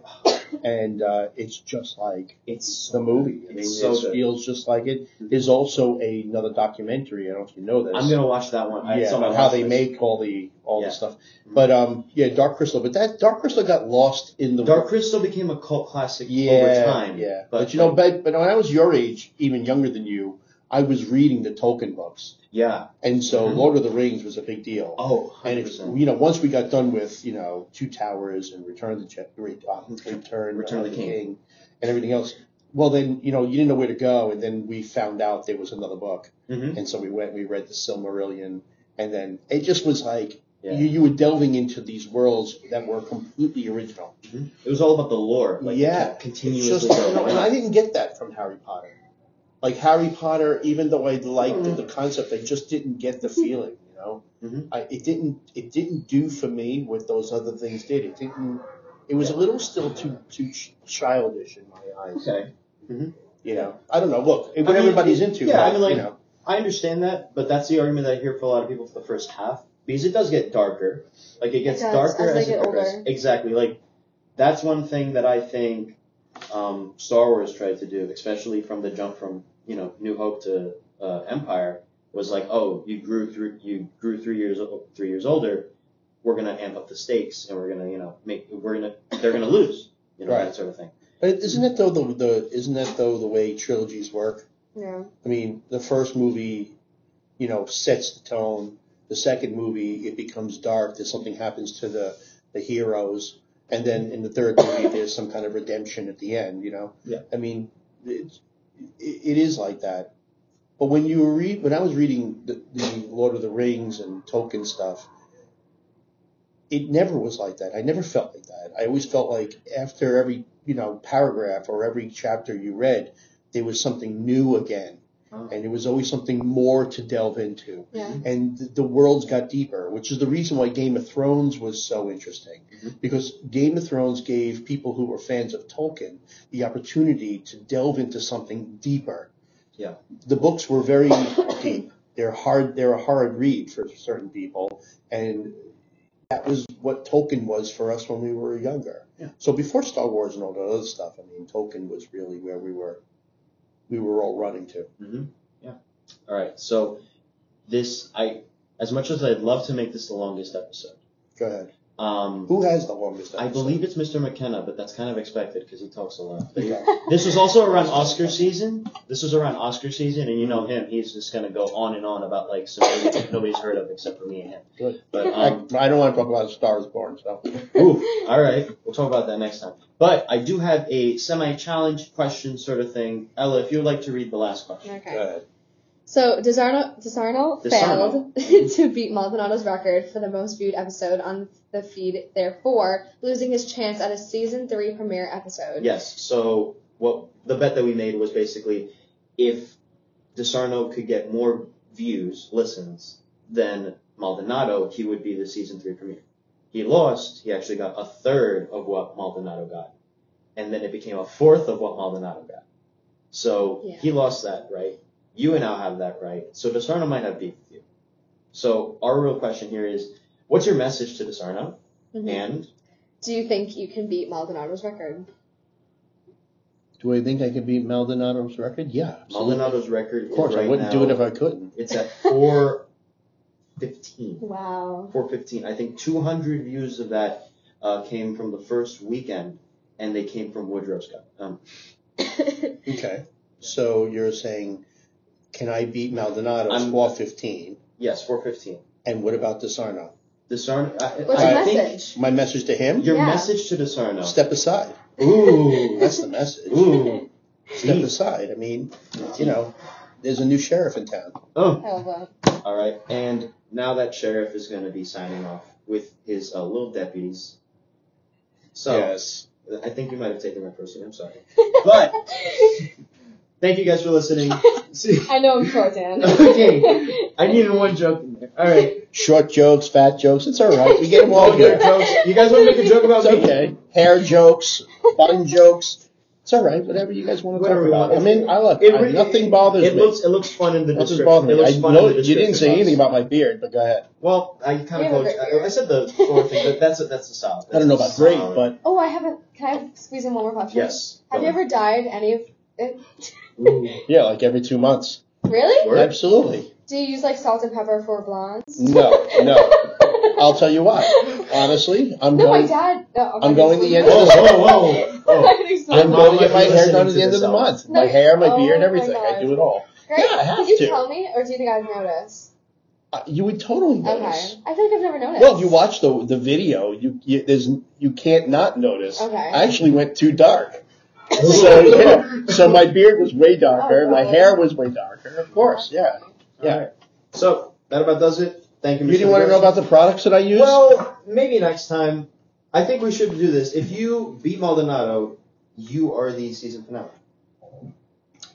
Speaker 2: and uh, it's just like
Speaker 1: It's so
Speaker 2: the movie. I mean,
Speaker 1: It's so
Speaker 2: it
Speaker 1: good.
Speaker 2: feels just like it. There's also a, another documentary. I don't know if you know this.
Speaker 1: I'm gonna watch that one. I,
Speaker 2: yeah,
Speaker 1: it's on my
Speaker 2: about how
Speaker 1: watch
Speaker 2: they
Speaker 1: list.
Speaker 2: make all the all
Speaker 1: Yeah.
Speaker 2: the stuff. But um, yeah, Dark Crystal. But that Dark Crystal got lost in the
Speaker 1: Dark Crystal became a cult classic
Speaker 2: yeah,
Speaker 1: over time.
Speaker 2: Yeah,
Speaker 1: but
Speaker 2: but, you know, but but when I was your age, even younger than you, I was reading the Tolkien books,
Speaker 1: Yeah.
Speaker 2: and so
Speaker 1: Mhm.
Speaker 2: Lord of the Rings was a big deal.
Speaker 1: Oh,
Speaker 2: And
Speaker 1: 100
Speaker 2: it's, you know, once we got done with you know Two Towers and Return of the Je- Re- uh, Return,
Speaker 1: Return of the King.
Speaker 2: and everything else, well then you know you didn't know where to go, and then we found out there was another book,
Speaker 1: hmm
Speaker 2: and so we went we read the Silmarillion, and then it just was like
Speaker 1: Yeah.
Speaker 2: you, you were delving into these worlds that were completely original.
Speaker 1: Mhm. It was all about the lore. Like,
Speaker 2: Yeah.
Speaker 1: yeah.
Speaker 2: It's
Speaker 1: Continuously.
Speaker 2: just
Speaker 1: going
Speaker 2: you know, and
Speaker 1: on.
Speaker 2: I didn't get that from Harry Potter. Like Harry Potter, even though I liked the
Speaker 1: Mm.
Speaker 2: concept, I just didn't get the feeling. You know,
Speaker 1: Mhm.
Speaker 2: I, it didn't it didn't do for me what those other things did. It didn't. It was a little still too too ch- childish in my eyes.
Speaker 1: Okay.
Speaker 2: You know, I don't know. Look, it- what
Speaker 1: I mean,
Speaker 2: everybody's into.
Speaker 1: yeah, I
Speaker 2: but,
Speaker 1: mean, like-
Speaker 2: you know,
Speaker 1: I understand that, but that's the argument that I hear for a lot of people for the first half because it does get darker. Like it gets
Speaker 3: does,
Speaker 1: darker
Speaker 3: as they
Speaker 1: as, it
Speaker 3: get
Speaker 1: progresses.
Speaker 3: older.
Speaker 1: Exactly. Like that's one thing that I think um, Star Wars tried to do, especially from the jump from you know New Hope to uh, Empire, was like, oh, you grew through, you grew three years o- three years older. We're gonna amp up the stakes, and we're gonna you know make we're gonna they're gonna lose, you know
Speaker 2: Right.
Speaker 1: that sort of thing.
Speaker 2: but isn't it though the, the isn't that though the way trilogies work?
Speaker 3: Yeah.
Speaker 2: I mean, the first movie, you know, sets the tone. The second movie, it becomes dark. There's something happens to the the heroes, and then in the third movie, there's some kind of redemption at the end. You know.
Speaker 1: Yeah.
Speaker 2: I mean, it, it, it is like that. But when you were read, when I was reading the, the Lord of the Rings and Tolkien stuff, it never was like that. I never felt like that. I always felt like after every you know paragraph or every chapter you read, there was something new again and it was always something more to delve into.
Speaker 3: Yeah.
Speaker 2: And th- the worlds got deeper, which is the reason why Game of Thrones was so interesting,
Speaker 1: Mhm.
Speaker 2: because Game of Thrones gave people who were fans of Tolkien the opportunity to delve into something deeper.
Speaker 1: Yeah.
Speaker 2: The books were very deep. They're hard. They're a hard read for certain people, and that was what Tolkien was for us when we were younger.
Speaker 1: Yeah.
Speaker 2: So before Star Wars and all that other stuff, I mean, Tolkien was really where we were. We were all running to.
Speaker 1: Mm-hmm. Yeah. All right. So this, I, as much as I'd love to make this the longest episode,
Speaker 2: Go ahead.
Speaker 1: um,
Speaker 2: Who has the longest?
Speaker 1: I
Speaker 2: episode?
Speaker 1: believe it's Mr. McKenna, but that's kind of expected because he talks a lot. But
Speaker 2: Yeah.
Speaker 1: this was also around Oscar season. This was around Oscar season, and you know him; he's just gonna go on and on about like some movies that nobody's heard of except for me and him.
Speaker 2: Good.
Speaker 1: But
Speaker 2: I,
Speaker 1: um,
Speaker 2: I don't want to talk about Star is Born, so
Speaker 1: ooh, all right, we'll talk about that next time. But I do have a semi-challenge question sort of thing. Ella, if you would like to read the last question.
Speaker 2: go
Speaker 3: Okay.
Speaker 2: ahead.
Speaker 3: So Desarno, Desarno,
Speaker 1: Desarno.
Speaker 3: failed to beat Maldonado's record for the most viewed episode on the feed, therefore losing his chance at a season three premiere episode.
Speaker 1: Yes. So what the bet that we made was basically if DeSarno could get more views, listens, than Maldonado, he would be the season three premiere. He lost. He actually got a third of what Maldonado got, and then it became a fourth of what Maldonado got. So
Speaker 3: Yeah.
Speaker 1: he lost that right. You and I have that right. So DeSarno might have beef with you. So our real question here is, what's your message to DeSarno?
Speaker 3: Mhm.
Speaker 1: And
Speaker 3: Do you think you can beat Maldonado's record?
Speaker 2: Do I think I can beat Maldonado's record? Yeah, absolutely.
Speaker 1: Maldonado's record
Speaker 2: Of course,
Speaker 1: is right
Speaker 2: I wouldn't
Speaker 1: now,
Speaker 2: do it if I couldn't.
Speaker 1: It's at four fifteen.
Speaker 3: Wow.
Speaker 1: Four fifteen. I think two hundred views of that uh, came from the first weekend, and they came from Woodrow's cut. Um,
Speaker 2: Okay. So you're saying, can I beat Maldonado's
Speaker 1: I'm-
Speaker 2: 415?
Speaker 1: yes, four fifteen.
Speaker 2: And what about DeSarno?
Speaker 1: Discern. uh, I,
Speaker 3: What's
Speaker 1: I
Speaker 3: your
Speaker 1: think
Speaker 3: message?
Speaker 2: My message to him?
Speaker 1: Your
Speaker 3: Yeah.
Speaker 1: message to Discerno.
Speaker 2: Step aside.
Speaker 1: Ooh.
Speaker 2: That's the message.
Speaker 1: Ooh.
Speaker 2: Step
Speaker 1: Jeez.
Speaker 2: aside. I mean, you know, There's a new sheriff in town.
Speaker 1: Oh,
Speaker 3: Oh well.
Speaker 1: all right. And now that sheriff is going to be signing off with his uh, little deputies. So
Speaker 2: yes.
Speaker 1: I think you might have taken that personally. I'm sorry. But thank you guys for listening. See,
Speaker 3: I know I'm short, Dan.
Speaker 1: Okay. I needed one joke in there. All right.
Speaker 2: Short jokes, fat jokes. It's all right. We get them all
Speaker 1: All your
Speaker 2: here.
Speaker 1: jokes. You guys want to make a joke about
Speaker 2: It's
Speaker 1: me?
Speaker 2: okay. Hair jokes, bun jokes. It's all right. Whatever you guys want to
Speaker 1: Whatever we
Speaker 2: talk about. I
Speaker 1: want.
Speaker 2: mean, I love
Speaker 1: It
Speaker 2: I-
Speaker 1: re-
Speaker 2: nothing bothers
Speaker 1: It
Speaker 2: me.
Speaker 1: looks it looks fun in the
Speaker 2: nothing
Speaker 1: description.
Speaker 2: bothers
Speaker 1: It
Speaker 2: me. I
Speaker 1: looks fun in
Speaker 2: know
Speaker 1: the
Speaker 2: you didn't say
Speaker 1: description
Speaker 2: anything
Speaker 1: box.
Speaker 2: about my beard, but go ahead.
Speaker 1: Well, I kind
Speaker 3: You
Speaker 1: of
Speaker 3: have a
Speaker 1: told you.
Speaker 3: great
Speaker 1: I, I said the four thing, but that's a, that's a solid.
Speaker 2: I don't know about
Speaker 1: That's
Speaker 2: great,
Speaker 1: solid.
Speaker 2: but
Speaker 3: oh, I have a. Can I squeeze in one more question?
Speaker 1: yes.
Speaker 3: Have you ever dyed any of?
Speaker 1: Ooh,
Speaker 2: yeah, like every two months.
Speaker 3: Really?
Speaker 1: Word.
Speaker 2: Absolutely.
Speaker 3: Do you use like salt and pepper for blondes?
Speaker 2: No, no. I'll tell you what. Honestly, I'm
Speaker 3: no, my
Speaker 2: going.
Speaker 3: dad. No,
Speaker 2: I'm going the end
Speaker 1: of the- Whoa, whoa, whoa.
Speaker 3: I'm not explaining.
Speaker 2: I'm
Speaker 1: Mom
Speaker 2: going to
Speaker 1: might
Speaker 2: get
Speaker 1: be
Speaker 2: my hair
Speaker 1: listening
Speaker 2: done
Speaker 1: to
Speaker 2: at the end of
Speaker 1: this
Speaker 2: the
Speaker 1: hour.
Speaker 2: month. My
Speaker 3: No.
Speaker 2: hair, my
Speaker 3: Oh
Speaker 2: beard,
Speaker 3: my
Speaker 2: everything. I
Speaker 3: God.
Speaker 2: do it all.
Speaker 3: Great.
Speaker 2: Yeah, I have
Speaker 3: Did you
Speaker 2: to.
Speaker 3: tell me, or do you think I'd notice?
Speaker 2: Uh, You would totally notice.
Speaker 3: Okay. I feel like I've never noticed.
Speaker 2: Well, if you watch the the video, you, you there's you can't not notice.
Speaker 3: Okay.
Speaker 2: I actually went too dark. So yeah, so my beard was way darker.
Speaker 3: Oh,
Speaker 2: my
Speaker 3: God.
Speaker 2: hair was way darker. Of course, yeah. Yeah.
Speaker 1: All right. So that about does it. Thank you.
Speaker 2: You
Speaker 1: Mr.
Speaker 2: didn't want to
Speaker 1: Gross.
Speaker 2: know about the products that I use.
Speaker 1: Well, maybe next time. I think we should do this. If you beat Maldonado, you are the season finale.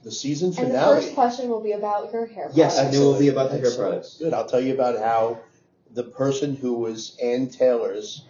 Speaker 2: the season
Speaker 3: and the
Speaker 2: finale.
Speaker 3: first question will be about your hair.
Speaker 1: Yes, and
Speaker 3: product.
Speaker 1: it will be
Speaker 2: Excellent.
Speaker 1: about the hair
Speaker 2: Excellent.
Speaker 1: products.
Speaker 2: Good. I'll tell you about how the person who was Ann Taylor's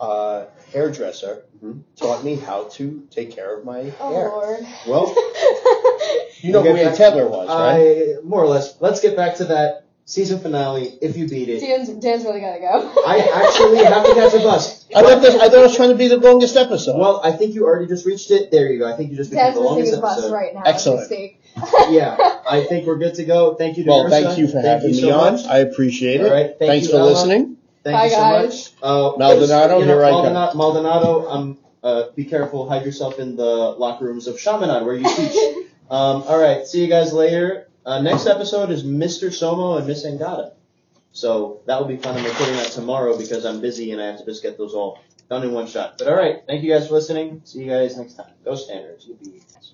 Speaker 2: uh, hairdresser
Speaker 1: Mhm.
Speaker 2: taught me how to take care of my
Speaker 3: Oh
Speaker 2: hair. Oh.
Speaker 3: Lord.
Speaker 1: Well,
Speaker 2: You know
Speaker 1: We'll
Speaker 2: who
Speaker 1: get
Speaker 2: Ann
Speaker 1: back-
Speaker 2: Taylor was, right?
Speaker 1: I more or less. Let's get back to that season finale. If you beat it,
Speaker 3: Dan's, Dan's really gotta go.
Speaker 1: I actually have to catch a bus.
Speaker 2: I thought, this, I thought I was trying to be the longest episode.
Speaker 1: Well, I think you already just reached it. There you go. I think you just became
Speaker 3: Dan's
Speaker 1: the
Speaker 3: missing
Speaker 1: longest
Speaker 3: his bus
Speaker 1: episode.
Speaker 3: right now.
Speaker 2: Excellent.
Speaker 3: As we speak.
Speaker 1: Yeah, I think we're good to go. Thank you. To
Speaker 2: Well,
Speaker 1: Marissa.
Speaker 2: thank you for
Speaker 1: Thank
Speaker 2: having
Speaker 1: you so
Speaker 2: me on.
Speaker 1: much.
Speaker 2: I appreciate it.
Speaker 1: All right. Thank
Speaker 2: Thanks
Speaker 1: you,
Speaker 2: for
Speaker 1: Ella.
Speaker 2: listening.
Speaker 1: Thank
Speaker 3: Bye,
Speaker 1: you so
Speaker 3: guys.
Speaker 1: much. Uh,
Speaker 2: Maldonado,
Speaker 1: you know,
Speaker 2: here I come.
Speaker 1: Maldonado, Maldonado, um, uh, be careful. Hide yourself in the locker rooms of Shamanad where you teach. um, all right. See you guys later. Uh, next episode is Mr. Somo and Miss Angada. So that will be fun. I'm recording that tomorrow because I'm busy and I have to just get those all done in one shot. But all right. Thank you guys for listening. See you guys next time. Go Standards. You be.